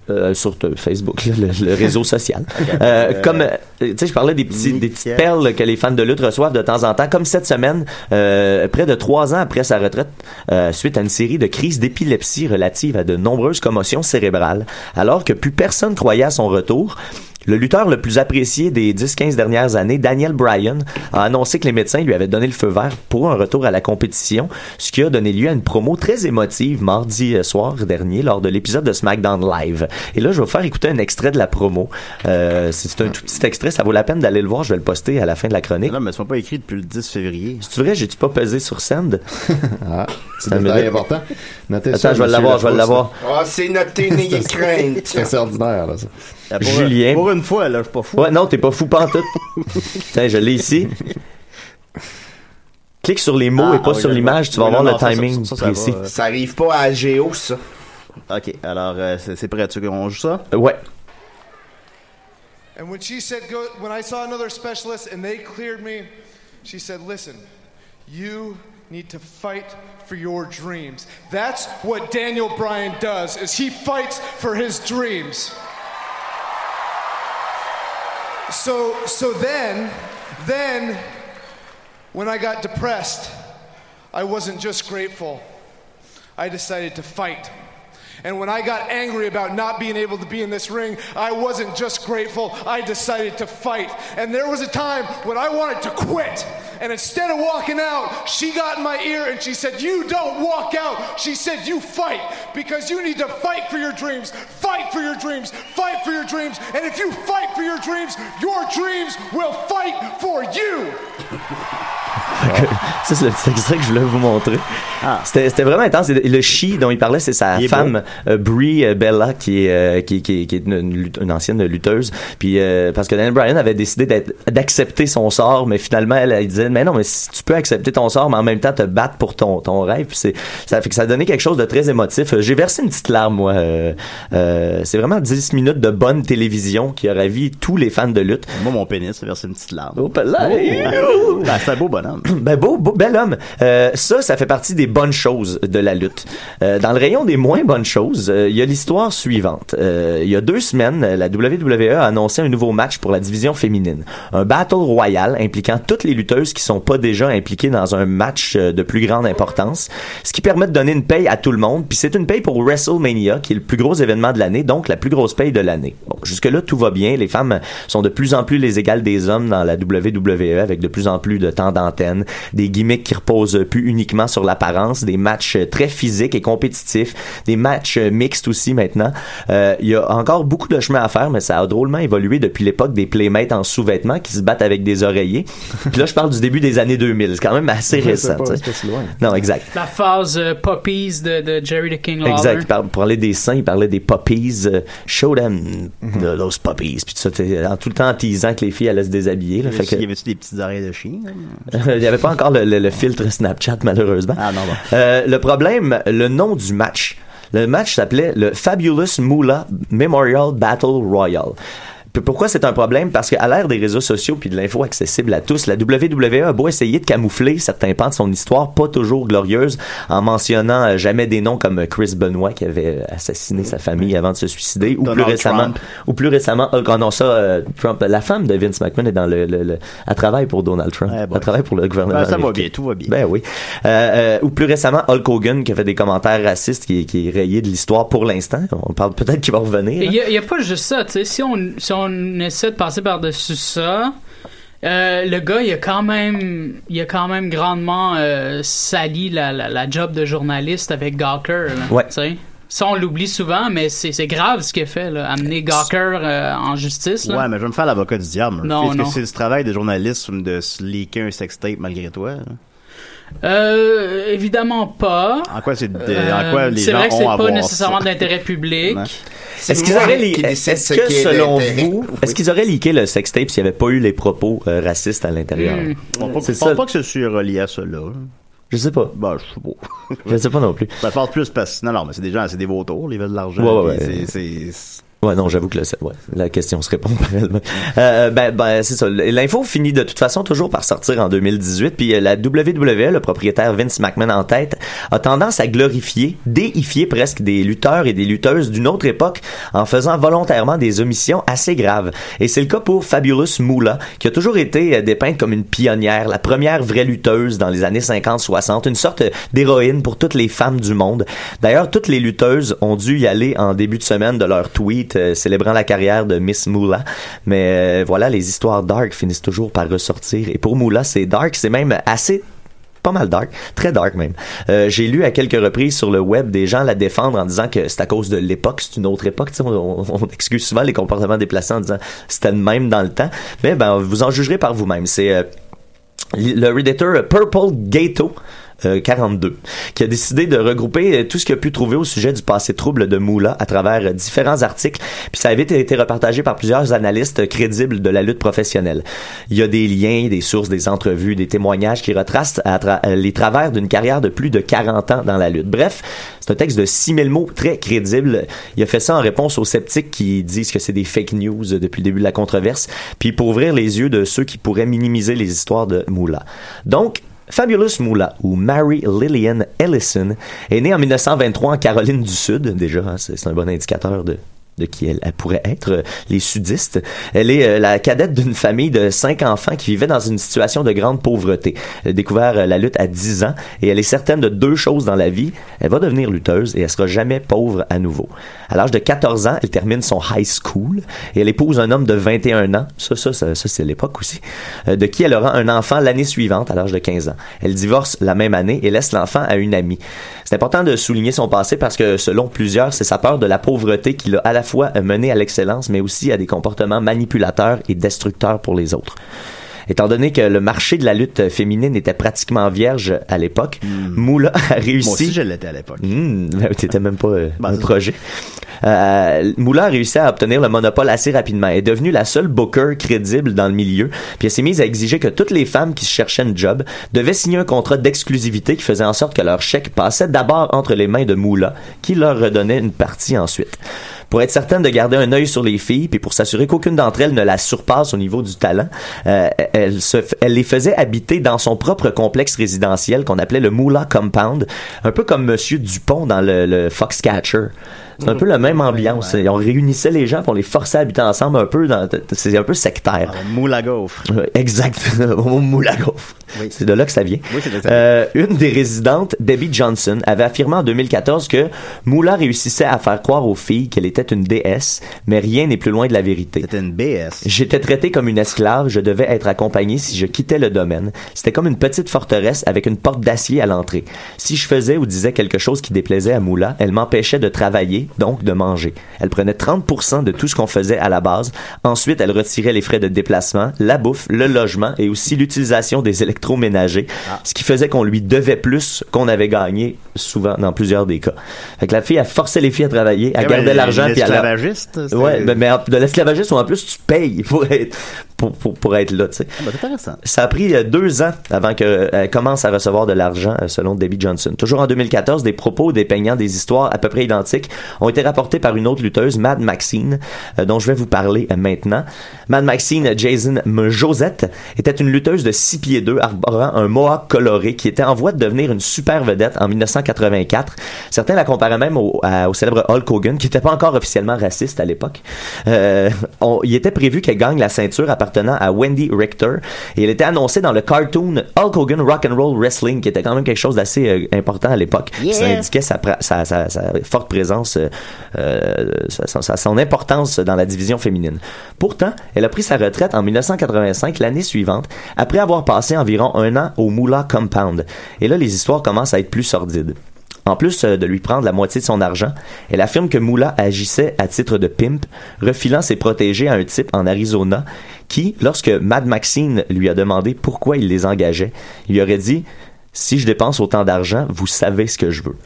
Speaker 9: Euh, sur te- Facebook, là, le, le réseau social. Euh,
Speaker 7: Euh,
Speaker 9: comme, euh, tu sais, je parlais des, petits, des petites perles que les fans de lutte reçoivent de temps en temps. Comme cette semaine, euh, près de trois ans après sa retraite, euh, suite à une série de crises d'épilepsie relatives à de nombreuses commotions cérébrales, alors que plus personne croyait à son retour, le lutteur le plus apprécié des 10-15 dernières années, Daniel Bryan, a annoncé que les médecins lui avaient donné le feu vert pour un retour à la compétition, ce qui a donné lieu à une promo très émotive mardi euh, soir dernier lors de l'épisode de SmackDown Live. Et là, je vais vous faire écouter un extrait de la promo. Euh, c'est un tout petit extrait, ça vaut la peine d'aller le voir, je vais le poster à la fin de la chronique.
Speaker 7: Non, mais ils sont pas écrits depuis le 10 février.
Speaker 9: C'est vrai, j'ai-tu pas pesé sur Send?
Speaker 8: ah, c'est
Speaker 9: Ça
Speaker 8: un
Speaker 9: me
Speaker 8: détail
Speaker 9: dit-
Speaker 8: important. Notez
Speaker 9: Attends,
Speaker 8: ça,
Speaker 9: je vais
Speaker 8: monsieur
Speaker 9: l'avoir, je vais
Speaker 8: Lafosse,
Speaker 9: l'avoir.
Speaker 11: Ah, c'est noté, n'ayez crainte.
Speaker 8: C'est assez ordinaire, là, ça.
Speaker 9: Julien.
Speaker 7: Pour une fois, là, je suis pas fou.
Speaker 9: Ouais, non, t'es pas fou pantoute. Tiens, je l'ai ici. Clique sur les mots
Speaker 7: Ah,
Speaker 9: et pas
Speaker 7: ah oui,
Speaker 9: sur
Speaker 7: je
Speaker 9: l'image, tu vas
Speaker 7: Oui,
Speaker 9: voir
Speaker 7: non,
Speaker 9: le
Speaker 7: non, ça, ça,
Speaker 9: timing
Speaker 7: ça, ça va,
Speaker 9: précis.
Speaker 7: euh,
Speaker 11: Ça arrive pas à Géo, ça.
Speaker 7: Ok, alors euh, c'est c'est prêt, tu veux qu'on joue ça?
Speaker 9: Ouais.
Speaker 16: And when she said, go, when I saw another specialist and they cleared me, she said, listen, you need to fight for your dreams. That's what Daniel Bryan does, is he fights for his dreams. So, so then, then, when I got depressed, I wasn't just grateful. I decided to fight. And when I got angry about not being able to be in this ring, I wasn't just grateful, I decided to fight. And there was a time when I wanted to quit. And instead of walking out, she got in my ear and she said, You don't walk out. She said, You fight because you need to fight for your dreams. Fight for your dreams. Fight for your dreams. And if you fight for your dreams, your dreams will fight for you.
Speaker 9: Ça, c'est le petit extrait que je voulais vous montrer. C'était c'était vraiment intense. Et Le chi dont il parlait, c'est sa
Speaker 7: Ah. Il est
Speaker 9: femme, euh, Brie euh, Bella, qui est, euh, qui, qui- qui est une, une lutte- une ancienne lutteuse. Puis, euh, parce que Daniel Bryan avait décidé d'être- d'accepter son sort, mais finalement, elle, elle disait, mais non, mais si tu peux accepter ton sort, mais en même temps te battre pour ton, ton rêve. Puis c'est- ça fait que ça a donné quelque chose de très émotif. Euh, J'ai versé une petite larme, moi. Euh, euh, c'est vraiment 10 minutes de bonne télévision qui a ravi tous les fans de lutte.
Speaker 7: Moi, mon pénis, c'est versé une petite larme.
Speaker 9: Oh, ben là,
Speaker 7: Oh. Ben, c'est un beau bonhomme.
Speaker 9: ben beau, beau- bel homme. Euh, ça, ça fait partie des bonnes choses de la lutte. Euh, dans le rayon des moins bonnes choses, euh, il y a l'histoire suivante. Euh, il y a deux semaines, la WWE a annoncé un nouveau match pour la division féminine. Un battle royal impliquant toutes les lutteuses qui sont pas déjà impliquées dans un match euh, de plus grande importance, ce qui permet de donner une paye à tout le monde. Puis c'est une paye pour WrestleMania, qui est le plus gros événement de l'année, donc la plus grosse paye de l'année. Bon, jusque-là, tout va bien. Les femmes sont de plus en plus les égales des hommes dans la WWE, avec de plus en plus de temps d'antenne, des gimmicks qui reposent plus uniquement sur l'apparence, des matchs très physiques et compétitifs, des matchs euh, mixtes aussi maintenant. Euh, Il y a encore beaucoup de chemin à faire, mais ça a drôlement évolué depuis l'époque des playmates en sous-vêtements qui se battent avec des oreillers. Puis là, je parle du début des années 2000. C'est quand même assez
Speaker 8: C'est
Speaker 9: récent.
Speaker 8: pas-
Speaker 9: tu sais.
Speaker 8: c'est pas si loin.
Speaker 9: Non, exact.
Speaker 5: La phase euh, Poppies de, de Jerry the King Lawler.
Speaker 9: Exact. Il par- parlait des seins, il parlait des puppies. euh, show them the- those puppies. Puis tout ça, t'es- en- tout le temps en teasant que les filles allaient se déshabiller.
Speaker 7: Il y
Speaker 9: Là, fait que-
Speaker 7: avait-tu des petites oreilles de chien?
Speaker 9: il n'y avait pas encore le, le- le filtre Snapchat, malheureusement.
Speaker 7: Ah,
Speaker 9: Euh, le problème, le nom du match. Le match s'appelait le Fabulous Moolah Memorial Battle Royal. P- Pourquoi c'est un problème? Parce qu'à l'ère des réseaux sociaux puis de l'info accessible à tous, la WWE a beau essayer de camoufler certains pans de son histoire, pas toujours glorieuse, en mentionnant euh, jamais des noms comme Chris Benoit qui avait assassiné sa famille avant de se suicider, ou plus
Speaker 7: Donald
Speaker 9: récemment,
Speaker 7: Trump.
Speaker 9: ou plus récemment, Hulk- ah non ça, euh, Trump, la femme de Vince McMahon est dans le, le, le- elle travaille pour Donald Trump, elle travaille pour le gouvernement.
Speaker 7: Eh Ben, ça va
Speaker 9: américain.
Speaker 7: bien, tout va bien.
Speaker 9: Ben oui. Euh, euh, ou plus récemment, Hulk Hogan qui a fait des commentaires racistes, qui, est- qui est rayé de l'histoire pour l'instant. On parle peut-être qu'il va revenir. hein.
Speaker 5: Il n'y a, pas juste ça, tu sais. Si on, si on essaie de passer par-dessus ça, euh, le gars, il a quand même, il a quand même grandement euh, sali la, la, la job de journaliste avec Gawker. là,
Speaker 9: Ouais.
Speaker 5: tu sais. Ça, on l'oublie souvent, mais c'est c'est grave ce qu'il a fait, là, amener Gawker euh, en justice. Là.
Speaker 7: Ouais, mais je vais me faire l'avocat du diable.
Speaker 5: Non,
Speaker 7: Parce que
Speaker 5: non.
Speaker 7: c'est le travail des journalistes de se leaker un sextape malgré toi. là.
Speaker 5: Euh, évidemment pas.
Speaker 7: En quoi c'est de- en
Speaker 5: Euh,
Speaker 7: quoi les
Speaker 5: c'est
Speaker 7: gens
Speaker 5: vrai que
Speaker 7: ont à
Speaker 5: c'est pas
Speaker 7: voir
Speaker 5: nécessairement
Speaker 7: ça.
Speaker 5: d'intérêt public.
Speaker 7: Ouais.
Speaker 9: Est-ce qu'ils auraient les- est-ce que selon vous, est-ce qu'ils auraient leaké le sextape s'il n'y avait pas eu les propos euh, racistes à l'intérieur
Speaker 7: Mm. Bon, pas-
Speaker 9: C'est
Speaker 7: je pense
Speaker 9: ça.
Speaker 7: pas que ce soit relié à cela.
Speaker 9: Je sais pas.
Speaker 7: Bah, je sais pas.
Speaker 9: Je sais pas non plus.
Speaker 7: Ça passe plus parce non non, mais c'est des gens, c'est des vautours, ils veulent de l'argent.
Speaker 9: Ouais, ouais,
Speaker 7: puis
Speaker 9: ouais.
Speaker 7: c'est- c'est-
Speaker 9: Ouais, non, j'avoue que le- ouais, la question se répond par elle-même. Euh, ben, ben, c'est ça. L'info finit de toute façon toujours par sortir en 2018. Puis euh, la WWE, le propriétaire Vince McMahon en tête, a tendance à glorifier, déifier presque des lutteurs et des lutteuses d'une autre époque en faisant volontairement des omissions assez graves. Et c'est le cas pour Fabulous Moolah, qui a toujours été euh, dépeinte comme une pionnière, la première vraie lutteuse dans les années 50-60, une sorte d'héroïne pour toutes les femmes du monde. D'ailleurs, toutes les lutteuses ont dû y aller en début de semaine de leur tweet euh, célébrant la carrière de Miss Moolah. Mais euh, voilà, les histoires dark finissent toujours par ressortir. Et pour Moolah, c'est dark, c'est même assez pas mal dark, très dark même. Euh, J'ai lu à quelques reprises sur le web des gens la défendre en disant que c'est à cause de l'époque, c'est une autre époque. Tu sais, On, on- on excuse souvent les comportements déplacés en disant c'était de même dans le temps. Mais ben, vous en jugerez par vous-même. C'est euh, le Redditor Purple Gato. euh, 42, qui a décidé de regrouper euh, tout ce qu'il a pu trouver au sujet du passé trouble de Moula à travers euh, différents articles, puis ça a vite été repartagé par plusieurs analystes euh, crédibles de la lutte professionnelle. Il y a des liens, des sources, des entrevues, des témoignages qui retracent à tra- euh, les travers d'une carrière de plus de 40 ans dans la lutte. Bref, c'est un texte de 6000 mots très crédible. Il a fait ça en réponse aux sceptiques qui disent que c'est des fake news depuis le début de la controverse, puis pour ouvrir les yeux de ceux qui pourraient minimiser les histoires de Moula. Donc, Fabulous Moolah, ou Mary Lillian Ellison, est née en 1923 en Caroline du Sud, déjà, hein, c'est c'est un bon indicateur de de qui elle, elle pourrait être, euh, les sudistes. Elle est euh, la cadette d'une famille de cinq enfants qui vivaient dans une situation de grande pauvreté. Elle a découvert euh, la lutte à 10 ans et elle est certaine de deux choses dans la vie. Elle va devenir lutteuse et elle sera jamais pauvre à nouveau. À l'âge de 14 ans, elle termine son high school et elle épouse un homme de 21 ans. Ça, ça, ça, ça, c'est l'époque aussi. euh, de qui elle aura un enfant l'année suivante, à l'âge de 15 ans. Elle divorce la même année et laisse l'enfant à une amie. C'est important de souligner son passé parce que, selon plusieurs, c'est sa peur de la pauvreté qui l'a à la fois mené à l'excellence, mais aussi à des comportements manipulateurs et destructeurs pour les autres. Étant donné que le marché de la lutte féminine était pratiquement vierge à l'époque, Moula a réussi.
Speaker 7: Hmm. Moi aussi, je l'étais à l'époque.
Speaker 9: Hmm, ben, t'étais même pas euh, un projet. Euh, Moulin a réussi à obtenir le monopole assez rapidement. Elle est devenue la seule booker crédible dans le milieu. Puis elle s'est mise à exiger que toutes les femmes qui cherchaient une job devaient signer un contrat d'exclusivité qui faisait en sorte que leur chèque passait d'abord entre les mains de Moula, qui leur redonnait une partie ensuite. Pour être certaine de garder un œil sur les filles, puis pour s'assurer qu'aucune d'entre elles ne la surpasse au niveau du talent, euh, elle, se f- elle les faisait habiter dans son propre complexe résidentiel qu'on appelait le Moula Compound, un peu comme Monsieur Dupont dans le, le Foxcatcher. C'est un peu la même ambiance. On réunissait les gens, puis on les forçait à habiter ensemble un peu. Dans, c'est un peu sectaire.
Speaker 7: Moula gaufre.
Speaker 9: Ouais, Exact. Au moulin à gaufre. C'est de là que ça vient.
Speaker 7: Oui, c'est de ça.
Speaker 9: Euh, une des résidentes, Debbie Johnson, avait affirmé en 2014 que Moula réussissait à faire croire aux filles qu'elle était une déesse, mais rien n'est plus loin de la vérité.
Speaker 7: C'était une BS.
Speaker 9: J'étais traitée comme une esclave, je devais être accompagnée si je quittais le domaine. C'était comme une petite forteresse avec une porte d'acier à l'entrée. Si je faisais ou disais quelque chose qui déplaisait à Moula, elle m'empêchait de travailler, donc de manger. Elle prenait 30% de tout ce qu'on faisait à la base. Ensuite, elle retirait les frais de déplacement, la bouffe, le logement
Speaker 7: Ah.
Speaker 9: et aussi l'utilisation des électroménagers, ce qui faisait qu'on lui devait plus qu'on avait gagné souvent, dans plusieurs des cas. Fait que la fille, elle forçait les filles à travailler, elle
Speaker 7: Eh ben,
Speaker 9: gardait l'argent, puis elle...
Speaker 7: l'esclavagiste, c'est-
Speaker 9: Ouais, ben, mais en- de l'esclavagiste, où en plus, tu payes pour être, pour, pour, pour être là, tu sais.
Speaker 7: Ah, ben,
Speaker 9: Ça a pris euh, deux ans avant qu'elle commence à recevoir de l'argent, euh, selon Debbie Johnson. Toujours en 2014, des propos dépeignant des histoires à peu près identiques ont été rapportés par une autre lutteuse, Mad Maxine, euh, dont je vais vous parler euh, maintenant. Mad Maxine Jason M- Josette était une lutteuse de 6 pieds 2 arborant un mohawk coloré qui était en voie de devenir une super vedette en 1984. Certains la comparaient même au, à- au célèbre Hulk Hogan, qui n'était pas encore officiellement raciste à l'époque. Euh, on- il était prévu qu'elle gagne la ceinture appartenant à Wendy Richter et elle était annoncée dans le cartoon Hulk Hogan Rock and Roll Wrestling, qui était quand même quelque chose d'assez euh, important à l'époque. Puis Ça
Speaker 7: Yeah.
Speaker 9: indiquait sa, pra- sa- sa- sa forte présence, euh, euh, sa- sa- sa- son importance dans la division féminine. Pourtant, elle a pris sa retraite en 1985, l'année suivante, après avoir passé environ un an au Moolah Compound. Et là, les histoires commencent à être plus sordides. En plus euh, de lui prendre la moitié de son argent, elle affirme que Moula agissait à titre de pimp, refilant ses protégés à un type en Arizona qui, lorsque Mad Maxine lui a demandé pourquoi il les engageait, il lui aurait dit Si je dépense autant d'argent, vous savez ce que je veux.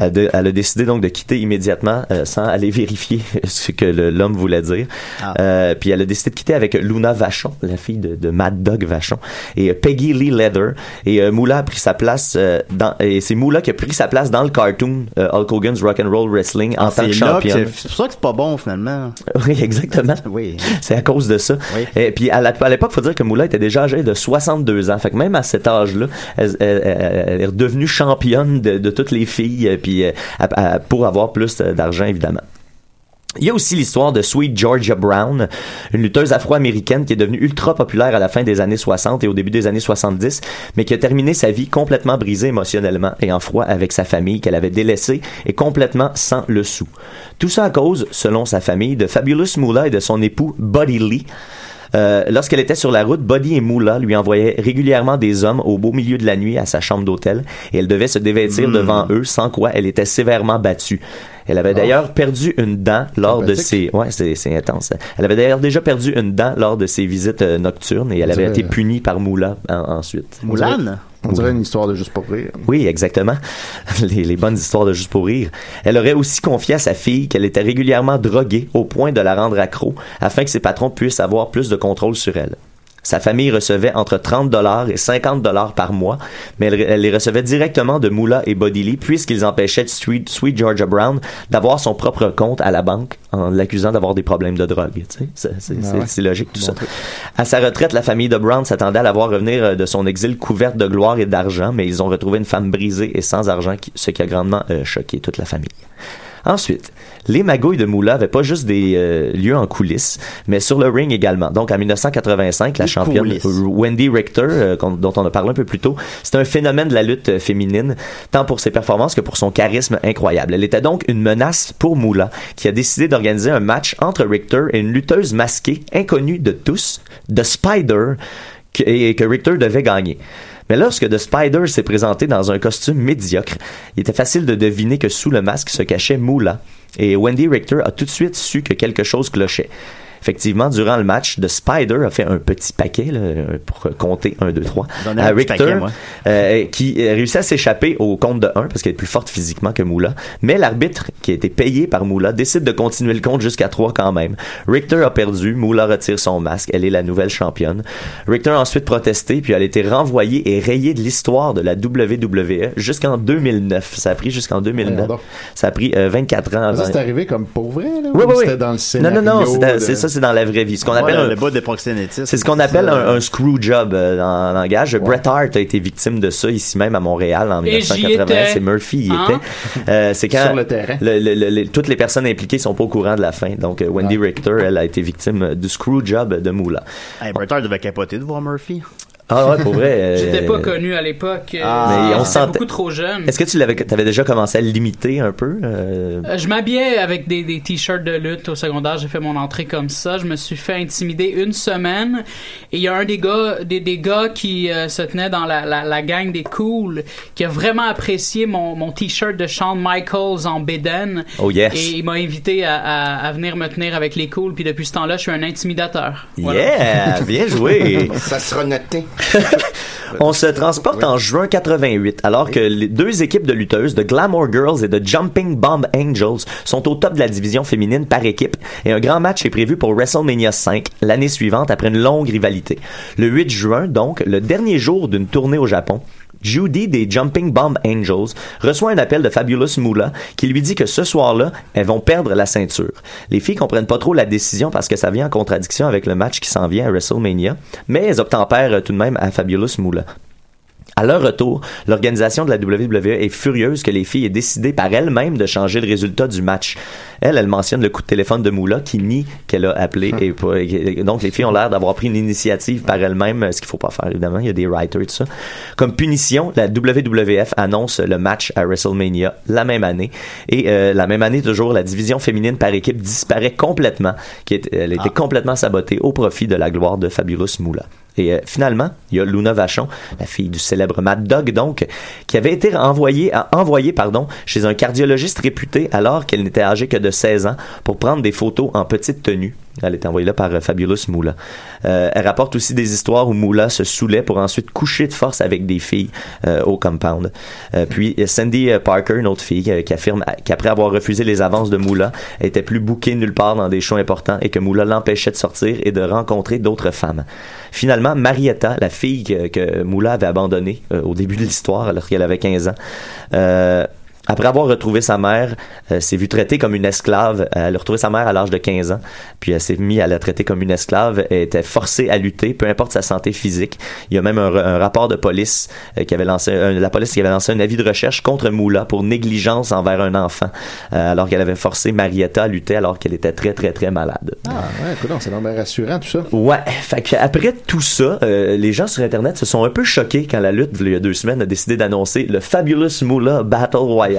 Speaker 9: Elle, de- elle a décidé donc de quitter immédiatement euh, sans aller vérifier ce que le- l'homme voulait dire.
Speaker 7: Ah.
Speaker 9: Euh, puis elle a décidé de quitter avec Luna Vachon, la fille de, de Mad Dog Vachon, et euh, Peggy Lee Leather. Et euh, Moula a pris sa place euh, dans, et c'est Moula qui a pris sa place dans le cartoon euh, Hulk Hogan's Rock and Roll Wrestling en tant
Speaker 7: Ah, C'est
Speaker 9: que
Speaker 7: là que
Speaker 9: championne.
Speaker 7: c'est c'est pour ça que c'est pas bon, finalement.
Speaker 9: Oui, exactement. C'est à cause de ça. Et puis à la- à l'époque, faut dire que Moula était déjà âgée de 62 ans. Fait que même à cet âge-là, elle, elle- elle- elle est devenue championne de, de toutes les filles, euh, puis euh, à- à- pour avoir plus euh, d'argent évidemment. Il y a aussi l'histoire de Sweet Georgia Brown, une lutteuse afro-américaine qui est devenue ultra populaire à la fin des années 60 et au début des années 70, mais qui a terminé sa vie complètement brisée émotionnellement et en froid avec sa famille qu'elle avait délaissée et complètement sans le sou. Tout ça à cause, selon sa famille, de Fabulous Moolah et de son époux Buddy Lee. Euh, lorsqu'elle était sur la route, Buddy et Moula lui envoyaient régulièrement des hommes au beau milieu de la nuit à sa chambre d'hôtel et elle devait se dévêtir devant eux, sans quoi elle était sévèrement battue. Elle avait d'ailleurs perdu une dent lors de ses... Ouais, c'est c'est intense. Elle avait d'ailleurs déjà perdu une dent lors de ses visites euh, nocturnes et elle
Speaker 8: On
Speaker 9: avait
Speaker 8: dirait-
Speaker 9: été punie par Moula en- ensuite.
Speaker 8: On dirait- On dirait une histoire de juste pour rire.
Speaker 9: Oui, exactement. Les, les bonnes histoires de juste pour rire. Elle aurait aussi confié à sa fille qu'elle était régulièrement droguée au point de la rendre accro afin que ses patrons puissent avoir plus de contrôle sur elle. Sa famille recevait entre 30 dollars et 50 dollars par mois, mais elle, elle les recevait directement de Moula et Bodily puisqu'ils empêchaient Sweet, Sweet Georgia Brown d'avoir son propre compte à la banque en l'accusant d'avoir des problèmes de drogue. Tu sais, c'est- c'est-
Speaker 8: Ben
Speaker 7: Ah
Speaker 9: c'est-
Speaker 7: ouais.
Speaker 9: c'est logique tout ça. À sa retraite, la famille de Brown s'attendait à la voir revenir euh, de son exil couverte de gloire et d'argent, mais ils ont retrouvé une femme brisée et sans argent, qui- ce qui a grandement euh, choqué toute la famille. Ensuite, les magouilles de Moula n'avaient pas juste des euh, lieux en coulisses, mais sur le ring également. Donc, en 1985, la championne
Speaker 7: coulisses.
Speaker 9: Wendy Richter, euh, qu'on- dont on a parlé un peu plus tôt, c'est un phénomène de la lutte euh, féminine, tant pour ses performances que pour son charisme incroyable. Elle était donc une menace pour Moula, qui a décidé d'organiser un match entre Richter et une lutteuse masquée, inconnue de tous, The Spider, que- et que Richter devait gagner. Mais lorsque The Spider s'est présenté dans un costume médiocre, il était facile de deviner que sous le masque se cachait Moula, et Wendy Richter a tout de suite su que quelque chose clochait. Effectivement, durant le match, The Spider a fait un petit paquet là, pour compter 1, 2, 3
Speaker 7: J'en ai
Speaker 9: à
Speaker 7: un petit
Speaker 9: Richter,
Speaker 7: paquet, moi.
Speaker 9: euh, qui euh, réussit à s'échapper au compte de 1 parce qu'elle est plus forte physiquement que Moula. Mais l'arbitre, qui a été payé par Moula, décide de continuer le compte jusqu'à 3 quand même. Richter a perdu, Moula retire son masque, elle est la nouvelle championne. Richter a ensuite protesté, puis elle a été renvoyée et rayée de l'histoire de la WWE jusqu'en 2009. Ça a pris jusqu'en 2009. Ça a pris euh, 24 ans avant.
Speaker 8: Ça, c'est arrivé comme pour vrai, là?
Speaker 9: Oui,
Speaker 8: ou
Speaker 9: oui, oui.
Speaker 8: C'était dans le
Speaker 9: Non,
Speaker 8: scénario.
Speaker 9: non, non, c'est,
Speaker 8: de-
Speaker 9: c'est ça, c'est dans la vraie vie. Ce qu'on
Speaker 7: Ouais,
Speaker 9: appelle
Speaker 7: le-
Speaker 9: un-
Speaker 7: le bout de proxénétisme.
Speaker 9: c'est ce qu'on appelle
Speaker 7: ça.
Speaker 9: un, un screw job euh, dans le langage. Bret Hart a été victime de ça ici même à Montréal en
Speaker 5: Et j'y
Speaker 9: 1980.
Speaker 5: étais.
Speaker 9: C'est Murphy y
Speaker 5: Hein?
Speaker 9: était. Euh, c'est quand
Speaker 5: Sur le terrain.
Speaker 9: le- le- le- le- toutes les personnes impliquées sont pas au courant de la fin. Donc euh,
Speaker 7: Ah.
Speaker 9: Wendy Richter, elle a été victime euh, du screw job de Moula.
Speaker 7: Hey, Bertard devait capoter de voir Murphy.
Speaker 9: Ah ouais, pour vrai. euh,
Speaker 5: J'étais pas connu à l'époque. euh,
Speaker 7: Ah.
Speaker 9: mais on
Speaker 5: j'étais
Speaker 9: sentait-
Speaker 5: beaucoup trop jeune.
Speaker 9: Est-ce que tu l'avais, t'avais déjà commencé à le limiter un peu euh,
Speaker 5: Euh, Je m'habillais avec des, des t-shirts de lutte au secondaire. J'ai fait mon entrée comme ça. Je me suis fait intimider une semaine. Et il y a un des gars, des, des gars qui euh, se tenait dans la, la, la gang des cools qui a vraiment apprécié mon, mon t-shirt de Shawn Michaels en Beden.
Speaker 9: Oh, yes.
Speaker 5: Et il m'a invité à, à, à venir me tenir avec les cools. Puis depuis ce temps-là, je suis un intimidateur. Voilà.
Speaker 9: Yeah, bien joué.
Speaker 11: Ça sera noté.
Speaker 9: On se transporte en juin 88, alors que les deux équipes de lutteuses, de Glamour Girls et de Jumping Bomb Angels, sont au top de la division féminine par équipe, et un grand match est prévu pour WrestleMania 5 l'année suivante après une longue rivalité. Le 8 juin, donc, le dernier jour d'une tournée au Japon, Judy des Jumping Bomb Angels reçoit un appel de Fabulous Moolah qui lui dit que ce soir-là, elles vont perdre la ceinture. Les filles comprennent pas trop la décision parce que ça vient en contradiction avec le match qui s'en vient à WrestleMania, mais elles obtempèrent euh, tout de même à Fabulous Moolah. À leur retour, l'organisation de la WWE est furieuse que les filles aient décidé par elles-mêmes de changer le résultat du match. Elle, elle mentionne le coup de téléphone de Moula qui nie qu'elle a appelé. Et, pas- et donc, les filles ont l'air d'avoir pris une initiative par elles-mêmes, ce qu'il faut pas faire, évidemment. Il y a des writers et tout ça. Comme punition, la WWF annonce le match à WrestleMania la même année. Et euh, la même année, toujours, la division féminine par équipe disparaît complètement. Qui est- elle était complètement sabotée au profit de la gloire de Fabulous Moula. Et euh, finalement, il y a Luna Vachon, la fille du célèbre Mad Dog, donc, qui avait été envoyée, à- envoyée pardon, chez un cardiologiste réputé alors qu'elle n'était âgée que de 16 ans pour prendre des photos en petite tenue. Elle est envoyée là par euh, Fabulous Moula. Euh, elle rapporte aussi des histoires où Moula se saoulait pour ensuite coucher de force avec des filles euh, au compound. Euh, puis euh, Sandy euh, Parker, une autre fille, euh, qui affirme euh, qu'après avoir refusé les avances de Moula, elle était plus bouquée nulle part dans des shows importants et que Moula l'empêchait de sortir et de rencontrer d'autres femmes. Finalement, Marietta, la fille que, que Moula avait abandonnée euh, au début de l'histoire, alors qu'elle avait 15 ans, euh, après avoir retrouvé sa mère, euh, s'est vue traitée comme une esclave. Elle a retrouvé sa mère à l'âge de 15 ans, puis elle s'est mise à la traiter comme une esclave. Elle était forcée à lutter, peu importe sa santé physique. Il y a même un, re- un rapport de police euh, qui avait lancé, un- la police qui avait lancé un avis de recherche contre Moula pour négligence envers un enfant, euh, alors qu'elle avait forcé Marietta à lutter alors qu'elle était très très très malade.
Speaker 8: Ah, ouais, écoute, c'est vraiment rassurant, tout ça.
Speaker 9: Ouais, fait que après tout ça, euh, les gens sur Internet se sont un peu choqués quand la lutte, il y a deux semaines, a décidé d'annoncer le Fabulous Moolah Battle Royale.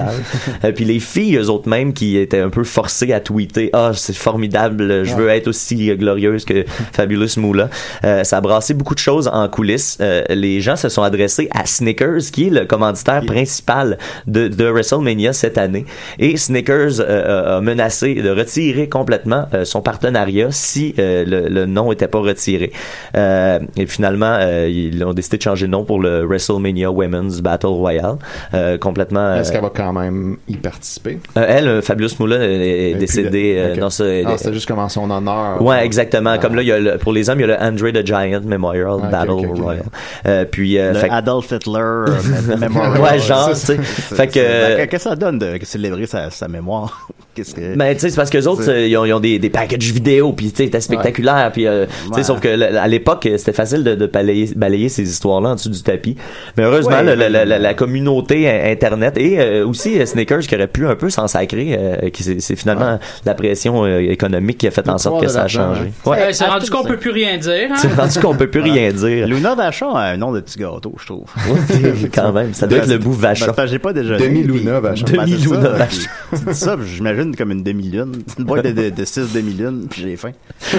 Speaker 9: Euh, puis les filles, eux autres mêmes, qui étaient un peu forcées à tweeter « Ah, c'est formidable,
Speaker 8: Ah.
Speaker 9: je veux être aussi glorieuse que Fabulous Moolah Euh, Ça a brassé beaucoup de choses en coulisses. Euh, les gens se sont adressés à Snickers, qui est le commanditaire principal de, de WrestleMania cette année. Et Snickers euh, a menacé de retirer complètement euh, son partenariat si euh, le, le nom n'était pas retiré. Euh, et finalement, euh, ils ont décidé de changer de nom pour le WrestleMania Women's Battle Royale. Euh, complètement.
Speaker 8: Est-ce
Speaker 9: euh,
Speaker 8: qu'elle va quand même y participer?
Speaker 9: euh, elle, euh, Fabulous Moula est décédée.
Speaker 8: Puis le-
Speaker 9: euh,
Speaker 8: ok.
Speaker 9: non, ça, elle-
Speaker 8: Ah, c'était juste comme en son
Speaker 7: Ah,
Speaker 8: honneur.
Speaker 9: Ouais, exactement. Comme là, il y a le- pour les hommes, il y a le Andre the Giant Memorial
Speaker 7: Ah,
Speaker 9: Battle Royal. Euh, puis, euh,
Speaker 7: Le
Speaker 9: fait que-
Speaker 7: Adolf Hitler euh, Memorial.
Speaker 9: Ouais, genre, tu sais.
Speaker 7: C'est-
Speaker 9: Fait que- euh,
Speaker 7: c'est- Qu'est-ce que ça donne de célébrer sa, sa mémoire? Qu'est-ce que...
Speaker 9: Mais ben, tu sais, c'est parce que les autres,
Speaker 7: C'est-
Speaker 9: euh, ils ont, ils ont des, des packages vidéo, puis tu sais, c'était spectaculaire, puis euh, tu sais,
Speaker 7: Ouais.
Speaker 9: sauf que l- à l'époque, euh, c'était facile de, de balayer, balayer ces histoires-là en dessous du tapis. Mais heureusement,
Speaker 7: Ouais.
Speaker 9: le- le- la, la- la communauté euh, internet et euh, aussi euh, Sneakers qui aurait pu un peu s'en sacrer, euh, qui c'est c'est finalement la pression euh, économique qui a fait en sorte
Speaker 7: pouvoir
Speaker 9: que
Speaker 7: de
Speaker 9: ça a
Speaker 7: l'argent,
Speaker 9: changé.
Speaker 7: hein.
Speaker 9: Ouais.
Speaker 5: Euh, c'est rendu qu'on peut plus rien dire. hein?
Speaker 9: C'est rendu qu'on peut plus rien dire.
Speaker 7: Luna Vachon a un nom de petit gâteau, je trouve.
Speaker 9: quand même, ça doit être le bout Vachon.
Speaker 7: Ben, j'ai pas déjà.
Speaker 8: Demi-Luna Vachon.
Speaker 9: Demi-Luna Vachon.
Speaker 7: Ça, puis j'imagine comme une demi-lune. Une boîte de- de 6 demi-lunes, puis j'ai faim.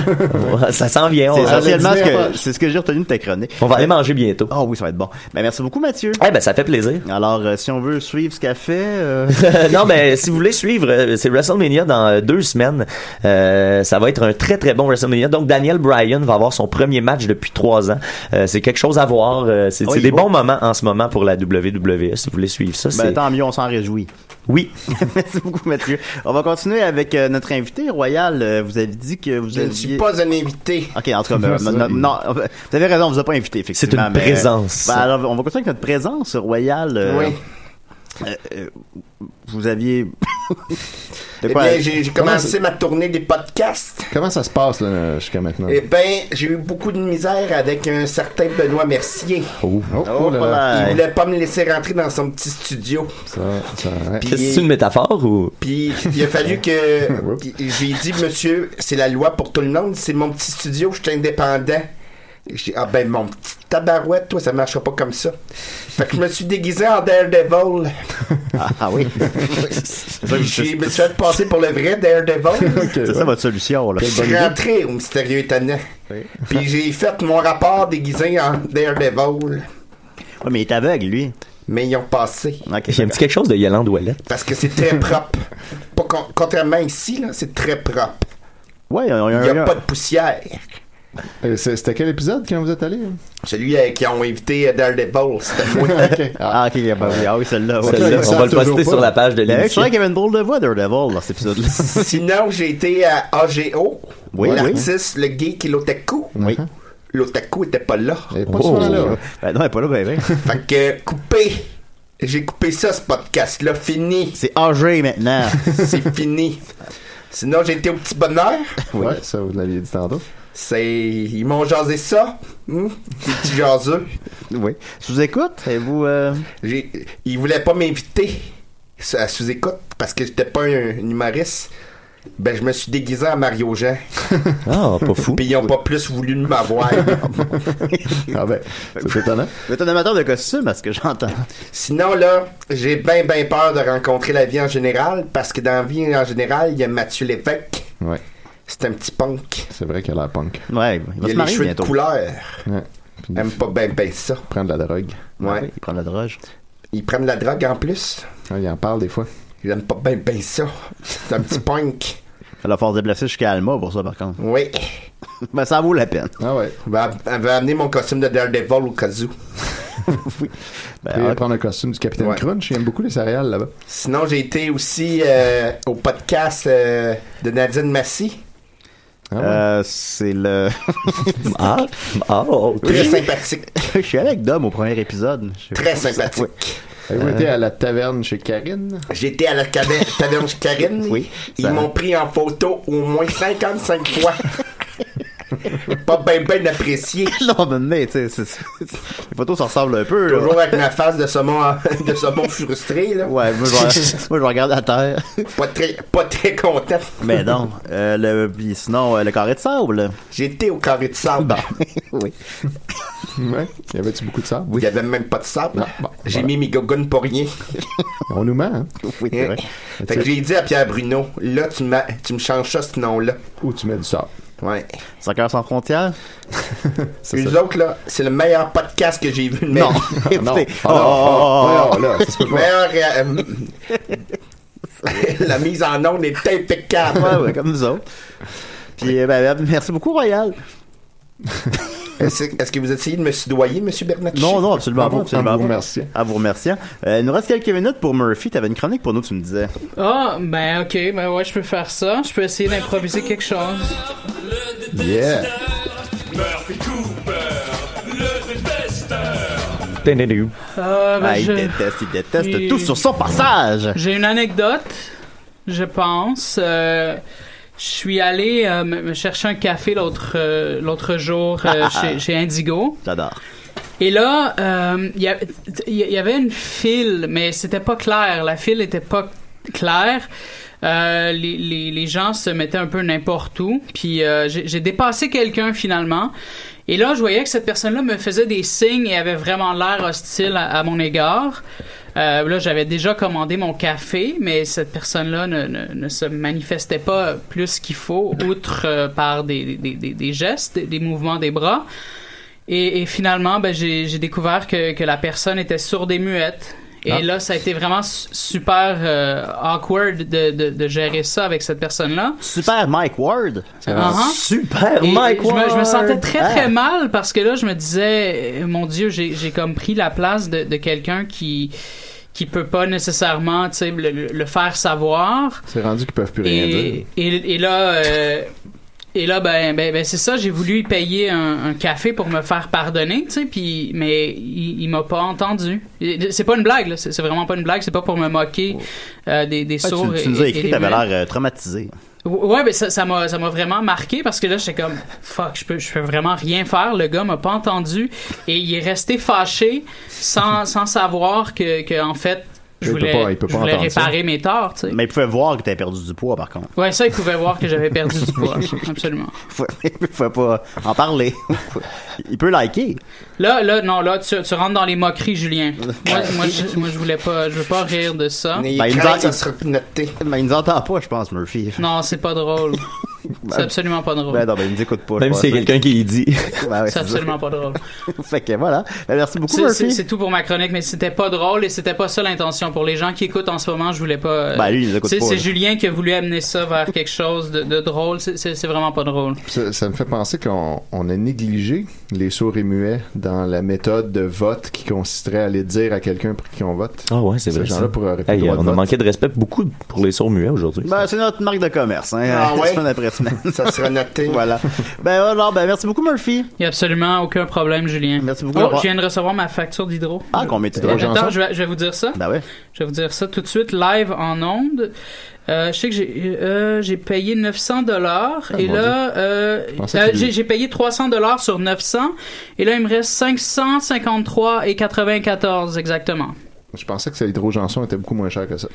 Speaker 9: Ouais, ça s'en vient. on-
Speaker 7: C'est essentiellement ce que, c'est ce que j'ai retenu de ta chronique.
Speaker 9: On va aller manger bientôt.
Speaker 7: Ah oui, ça va être bon. Ben, merci beaucoup, Mathieu.
Speaker 9: Eh ben, ça fait plaisir.
Speaker 7: Alors, euh, si on veut suivre ce qu'elle fait, euh,
Speaker 9: non, mais si vous voulez suivre, euh, c'est WrestleMania dans euh, deux semaines. Euh, ça va être un très très bon WrestleMania. Donc Daniel Bryan va avoir son premier match depuis trois ans. Euh, c'est quelque chose à voir. Euh, c'est
Speaker 7: Oui,
Speaker 9: c'est des
Speaker 7: bon.
Speaker 9: bons moments en ce moment pour la WWE. Si vous voulez suivre ça,
Speaker 7: ben,
Speaker 9: c'est
Speaker 7: tant mieux, on s'en réjouit.
Speaker 9: oui.
Speaker 7: Merci beaucoup, Mathieu. On va continuer avec euh, notre invité, Royal. Euh, vous avez dit que vous
Speaker 11: Je ne suis pas un invité.
Speaker 7: Ok, en tout cas, euh,
Speaker 11: Ça,
Speaker 7: non,
Speaker 11: il-
Speaker 7: non, vous avez raison, on vous a pas invité, effectivement.
Speaker 9: une
Speaker 7: mais, euh,
Speaker 9: présence.
Speaker 7: ben, alors, on va continuer avec notre présence royale.
Speaker 11: Oui.
Speaker 7: euh, euh, vous aviez. De
Speaker 11: Eh
Speaker 7: quoi-
Speaker 11: bien, j'ai j'ai
Speaker 7: Comment
Speaker 11: commencé
Speaker 7: c'est-
Speaker 11: ma tournée des podcasts.
Speaker 8: Comment ça se passe là, jusqu'à maintenant?
Speaker 11: Eh bien, j'ai eu beaucoup de misère avec un certain Benoît Mercier.
Speaker 8: Oh, oh,
Speaker 11: Oh,
Speaker 8: là là.
Speaker 11: Il voulait pas me laisser rentrer dans son petit studio.
Speaker 8: Ça, ça, ouais.
Speaker 9: Qu'est-ce que c'est une métaphore ou
Speaker 11: Puis il a fallu que puis j'ai dit monsieur, c'est la loi pour tout le monde, c'est mon petit studio, je suis indépendant. J'ai ah ben mon petit tabarouette, toi ça marchera pas comme ça. Fait que je me suis déguisé en Daredevil.
Speaker 7: Ah, ah oui.
Speaker 11: Puis j'ai- je me suis fait passer pour le vrai Daredevil.
Speaker 7: C'est ça votre solution, là.
Speaker 11: Je suis rentré au mystérieux étonnant. Puis j'ai fait mon rapport déguisé en Daredevil.
Speaker 7: Ouais, mais il est aveugle, lui.
Speaker 11: Mais ils ont passé.
Speaker 9: Il y a un petit quelque chose de Yolande Ouellet.
Speaker 11: Parce que c'est très propre. Pas con- contrairement ici, là, c'est très propre.
Speaker 7: Ouais, on- on-
Speaker 11: Il n'y a
Speaker 7: on-
Speaker 11: pas de poussière.
Speaker 8: Euh, c'est- C'était quel épisode quand vous êtes allé?
Speaker 11: Celui euh, qui ont évité euh, Daredevil, c'était moi.
Speaker 7: Ah, ok, ah, bah oui, ah oui, celle-là.
Speaker 11: Celle-là,
Speaker 7: oui.
Speaker 11: on va le poster sur la page de
Speaker 7: Ben,
Speaker 11: l'émission.
Speaker 7: C'est vrai qu'il y avait une drôle de voix Daredevil dans cet épisode-là.
Speaker 11: Sinon, j'ai été à AGO.
Speaker 7: Oui, oui.
Speaker 11: L'artiste, le gay qui l'otaku. Oui. L'otaku était pas là. Oh.
Speaker 7: pas souvent là. Ben non, elle est pas là, ben, ben.
Speaker 11: Fait que, coupé. J'ai coupé ça, ce podcast-là. Fini.
Speaker 7: C'est âgé maintenant.
Speaker 11: C'est fini. Sinon, j'ai été au petit bonheur.
Speaker 8: Ouais, ça, vous l'aviez dit tantôt.
Speaker 11: C'est... Ils m'ont jasé ça. Hmm? Des petits jaseux.
Speaker 7: Oui. Sous-écoute, et vous... Euh...
Speaker 11: Ils voulaient pas m'inviter à sous-écoute parce que j'étais pas un, un humoriste. Ben, je me suis déguisé en Mario Jean.
Speaker 7: Ah, pas fou.
Speaker 11: Puis ils ont pas plus voulu de m'avoir.
Speaker 7: Ah ben, c'est étonnant. Vous êtes un amateur de costumes, à ce que j'entends.
Speaker 11: Sinon, là, j'ai bien, bien peur de rencontrer la vie en général parce que dans la vie en général, il y a Mathieu Lévesque.
Speaker 8: Ouais.
Speaker 11: C'est un petit punk.
Speaker 8: C'est vrai qu'elle a l'air punk.
Speaker 7: Ouais,
Speaker 11: Il, a les cheveux de couleur.
Speaker 8: Ouais.
Speaker 11: Il aime pas bien,
Speaker 9: Ben,
Speaker 11: bien ça.
Speaker 8: Prendre de la drogue.
Speaker 11: Ouais.
Speaker 7: Ah Ils prennent la drogue.
Speaker 11: Ils prennent la drogue en plus.
Speaker 8: Ouais, il en parle des fois.
Speaker 11: Il aime pas bien, bien ça. C'est un petit punk.
Speaker 7: Ça va faire se déplacer jusqu'à Alma pour ça, par contre.
Speaker 11: Oui.
Speaker 7: Ben, ça vaut la peine.
Speaker 8: Ah ouais.
Speaker 11: Elle va, elle va amener mon costume de Daredevil au cas où.
Speaker 8: Puis elle prend le costume du Capitaine
Speaker 11: Ouais.
Speaker 8: Crunch. Il aime beaucoup les céréales là-bas.
Speaker 11: Sinon, j'ai été aussi euh, au podcast euh, de Nadine Massy.
Speaker 7: Euh, c'est le. ah, ah, ok.
Speaker 11: Très sympathique.
Speaker 7: Je suis avec Dom au premier épisode. Je-
Speaker 11: Très sympathique.
Speaker 8: Avez-vous
Speaker 7: Euh,
Speaker 8: été à la taverne chez Karine?
Speaker 11: J'étais à la cave- taverne chez Karine.
Speaker 8: Oui,
Speaker 11: Ils
Speaker 8: ça-
Speaker 11: m'ont pris en photo au moins 55 fois. Pas bien, bien apprécié.
Speaker 7: Euh, non, mais, mais, tu sais, c'est- c'est- les photos se ressemblent un peu. là.
Speaker 11: Toujours avec ma face de saumon, de saumon frustré, là.
Speaker 7: Ouais, moi je, vais- moi, je regarde à terre.
Speaker 11: Pas très, pas très content.
Speaker 7: Mais non. Euh, le, puis sinon, euh, le carré de sable.
Speaker 11: J'étais au carré de sable. Euh,
Speaker 7: oui.
Speaker 8: Ouais. Y avait-tu beaucoup de sable?
Speaker 11: Il n'y avait même pas de sable. J'ai mis mes gogones pour rien.
Speaker 8: On nous ment, hein?
Speaker 7: Oui,
Speaker 11: Hein? Fait que j'ai dit à Pierre Bruno, là, tu, m'a- tu me changes ça, ce nom-là.
Speaker 8: Ou tu mets du sable.
Speaker 11: Ouais.
Speaker 7: Soccer sans frontières.
Speaker 11: Les autres, là, c'est le meilleur podcast que j'ai vu de ma
Speaker 7: Non.
Speaker 11: vie.
Speaker 7: Non. Écoutez, Ah non, ah, oh, oh, oh, non, là, ça se peut pas.
Speaker 11: Meilleur, euh, La mise en onde est impeccable.
Speaker 7: Ouais, ouais, comme nous autres. Puis, euh, ben, ben, merci beaucoup, Royal.
Speaker 11: Est-ce est-ce que vous essayez de me soudoyer, M. Bernatchez?
Speaker 7: Non, non, absolument
Speaker 11: À
Speaker 7: pas.
Speaker 11: vous-
Speaker 7: Absolument
Speaker 11: à vous
Speaker 7: pas.
Speaker 11: remercier.
Speaker 7: À vous remercier. Euh, il nous reste quelques minutes pour Murphy. T'avais une chronique pour nous, tu me disais.
Speaker 5: Ah, ben ok, ben ouais, je peux faire ça. Je peux essayer d'improviser quelque chose.
Speaker 7: Yeah.
Speaker 13: Murphy Cooper, le détesteur.
Speaker 5: Euh, ben,
Speaker 7: Ah, il
Speaker 5: je-
Speaker 7: déteste, il déteste
Speaker 5: Puis-
Speaker 7: tout sur son passage.
Speaker 5: J'ai une anecdote, je pense. Euh, je suis allé euh, me me chercher un café l'autre euh, l'autre jour euh, chez, chez Indigo.
Speaker 7: J'adore.
Speaker 5: Et là, euh, il y, a- il y avait une file, mais c'était pas clair. La file était pas claire. Euh, les, les, les gens se mettaient un peu n'importe où. Puis euh, j'ai j'ai dépassé quelqu'un finalement. Et là, je voyais que cette personne-là me faisait des signes et avait vraiment l'air hostile à, à mon égard. Euh, là, j'avais déjà commandé mon café, mais cette personne-là ne, ne- ne se manifestait pas plus qu'il faut, outre euh, par des, des- des- des gestes, des- des mouvements des bras. Et, et finalement, ben, j'ai j'ai découvert que, que la personne était sourde et muette. Et
Speaker 17: Ah.
Speaker 5: là, ça a été vraiment su- super euh, awkward de, de- de gérer ça avec cette personne-là.
Speaker 7: Super Mike Ward.
Speaker 5: Uh-huh.
Speaker 7: Ah. Super
Speaker 5: Et- et
Speaker 7: Mike
Speaker 5: je me-
Speaker 7: Ward.
Speaker 5: Je me, sentais très
Speaker 7: Ah.
Speaker 5: très mal parce que là, je me disais, euh, mon Dieu, j'ai j'ai comme pris la place de, de quelqu'un qui qui peut pas nécessairement, tu sais, le- le- le faire savoir.
Speaker 8: C'est rendu qu'ils peuvent plus rien
Speaker 5: et,
Speaker 8: dire.
Speaker 5: et- et là, euh, et là, ben, ben, ben, c'est ça. J'ai voulu lui payer un, un café pour me faire pardonner, tu sais, puis mais il, il m'a pas entendu. Et- C'est pas une blague, là. C'est c'est vraiment pas une blague. C'est pas pour me moquer euh, des, des
Speaker 7: Ah, tu-
Speaker 5: sourds.
Speaker 7: tu,
Speaker 5: et-
Speaker 7: nous as
Speaker 5: et
Speaker 7: écrit,
Speaker 5: des
Speaker 7: t'avais
Speaker 5: muets.
Speaker 7: l'air euh, traumatisé.
Speaker 5: Ouais, ben ça ça m'a ça m'a vraiment marqué parce que là j'étais comme fuck, je peux je peux vraiment rien faire, le gars m'a pas entendu et il est resté fâché sans, sans savoir que, que en fait je
Speaker 7: Il peut
Speaker 5: voulais,
Speaker 7: pas- il peut pas
Speaker 5: je voulais
Speaker 7: entendre ça.
Speaker 5: réparer mes torts, tu sais.
Speaker 7: Mais il pouvait voir que t'avais perdu du poids, par contre.
Speaker 5: Ouais, ça il pouvait voir que j'avais perdu du poids, absolument.
Speaker 7: Faut- Il pouvait pas en parler. il peut liker.
Speaker 5: Là, là, non, là, tu, tu rentres dans les moqueries, Julien. Moi, moi, je, moi, je voulais pas, je veux pas rire de ça.
Speaker 7: Ben, il nous en- Ben, il nous entend pas, je pense, Murphy.
Speaker 5: Non, c'est pas drôle. C'est absolument pas drôle.
Speaker 7: Ben non, ben il nous écoute pas. je
Speaker 9: Même
Speaker 7: pense.
Speaker 9: si c'est quelqu'un qui y dit.
Speaker 7: Ben ouais,
Speaker 5: c'est absolument pas drôle.
Speaker 7: fait que voilà. Ben, merci beaucoup,
Speaker 5: C'est- C'est
Speaker 7: Murphy.
Speaker 5: c'est tout pour ma chronique, mais c'était pas drôle et c'était pas ça l'intention. Pour les gens qui écoutent en ce moment, je voulais pas. euh,
Speaker 7: Ben, lui, il les écoute
Speaker 5: c'est-
Speaker 7: pas,
Speaker 5: C'est
Speaker 7: là.
Speaker 5: Julien qui a voulu amener ça vers quelque chose de, de drôle. C'est- C'est c'est vraiment pas drôle.
Speaker 8: Ça, ça me fait penser qu'on on a négligé les sourds et muets dans la méthode de vote qui consisterait à aller dire à quelqu'un pour qui on vote.
Speaker 9: Ah ouais, c'est vrai.
Speaker 8: Ces
Speaker 9: ça.
Speaker 8: gens-là pourraient arrêter
Speaker 9: Hey,
Speaker 8: le droit de
Speaker 9: on a
Speaker 8: vote.
Speaker 9: manqué de respect beaucoup pour les sourds muets aujourd'hui.
Speaker 7: Ben, c'est notre marque de commerce, hein.
Speaker 9: Ah ouais?
Speaker 7: Semaine après semaine. Ça sera noté. voilà. Ben, alors, ben, merci beaucoup, Murphy.
Speaker 5: Il y a absolument aucun problème, Julien. Merci
Speaker 7: beaucoup.
Speaker 5: je viens de recevoir ma facture d'hydro.
Speaker 7: Ah, qu'on met
Speaker 5: Euh,
Speaker 7: trop
Speaker 5: Attends, je vais, je vais vous dire ça.
Speaker 7: Ben ouais.
Speaker 5: Je vais vous dire ça tout de suite, live en onde. Euh, je sais que j'ai euh, j'ai payé 900 dollars
Speaker 7: Ah,
Speaker 5: et
Speaker 7: mon
Speaker 5: là euh,
Speaker 7: Je pensais
Speaker 5: euh,
Speaker 7: qu'il-
Speaker 5: j'ai j'ai payé 300 dollars sur 900 et là il me reste 553 et 94 exactement.
Speaker 8: Je pensais que ça, Hydro-Janson était beaucoup moins cher que ça.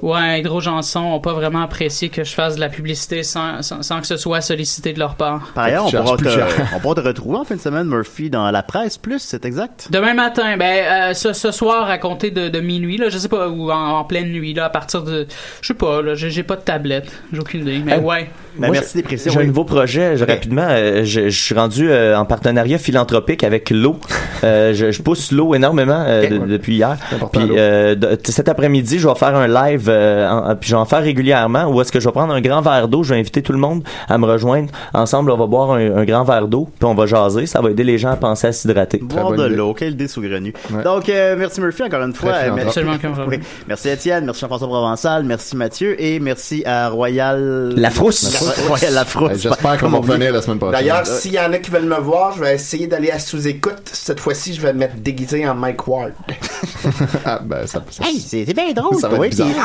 Speaker 5: Ouais, Hydro Janson ont pas vraiment apprécié que je fasse de la publicité sans, sans, sans que ce soit sollicité de leur part.
Speaker 7: Par ailleurs, on
Speaker 5: Fait que
Speaker 7: pourra,
Speaker 5: tu charges plus
Speaker 7: te,
Speaker 5: cher.
Speaker 7: on pourra te retrouver en fin de semaine, Murphy, dans la presse plus, c'est exact?
Speaker 5: Demain matin, ben euh, ce, ce soir à compter de, de minuit là, je sais pas ou en, en pleine nuit là à partir de je sais pas là, j'ai j'ai pas de tablette, j'ai aucune idée, mais
Speaker 9: Eh,
Speaker 5: ouais.
Speaker 7: Ben,
Speaker 9: Moi, j'ai- J'ai un nouveau projet, je- rapidement. euh, je, je suis rendu euh, en partenariat philanthropique avec l'eau. Euh, je, je pousse l'eau énormément euh, de- depuis hier. Puis euh, de- t- cet après-midi, je vais faire un live, euh, en- en- puis je vais en faire régulièrement, où est-ce que je vais prendre un grand verre d'eau, je vais inviter tout le monde à me rejoindre. Ensemble, on va boire un, un grand verre d'eau, puis on va jaser. Ça va aider les gens à penser à s'hydrater.
Speaker 7: Boire de l'eau, quelle idée saugrenue. Donc, euh, merci Murphy encore une fois.
Speaker 9: Très
Speaker 7: Euh, merci-
Speaker 9: Absolument
Speaker 5: aucun
Speaker 7: Oui. Merci Étienne, merci Jean-François Provençal, merci Mathieu et merci à Royal...
Speaker 9: La Frousse.
Speaker 7: La Frousse. Royal La Frousse.
Speaker 8: Eh, j'espère qu'on
Speaker 7: Comme
Speaker 8: va
Speaker 7: on dit.
Speaker 8: revenir la semaine prochaine.
Speaker 11: D'ailleurs, s'il y en a qui veulent me voir, je vais essayer d'aller à sous-écoute. Cette fois-ci, je vais m'être déguisé en Mike Ward.
Speaker 8: ah, ben, ça, ça-
Speaker 7: Hey, c'est c'est bien drôle,
Speaker 8: Ça va
Speaker 7: toi,
Speaker 8: être bizarre.
Speaker 7: t'es-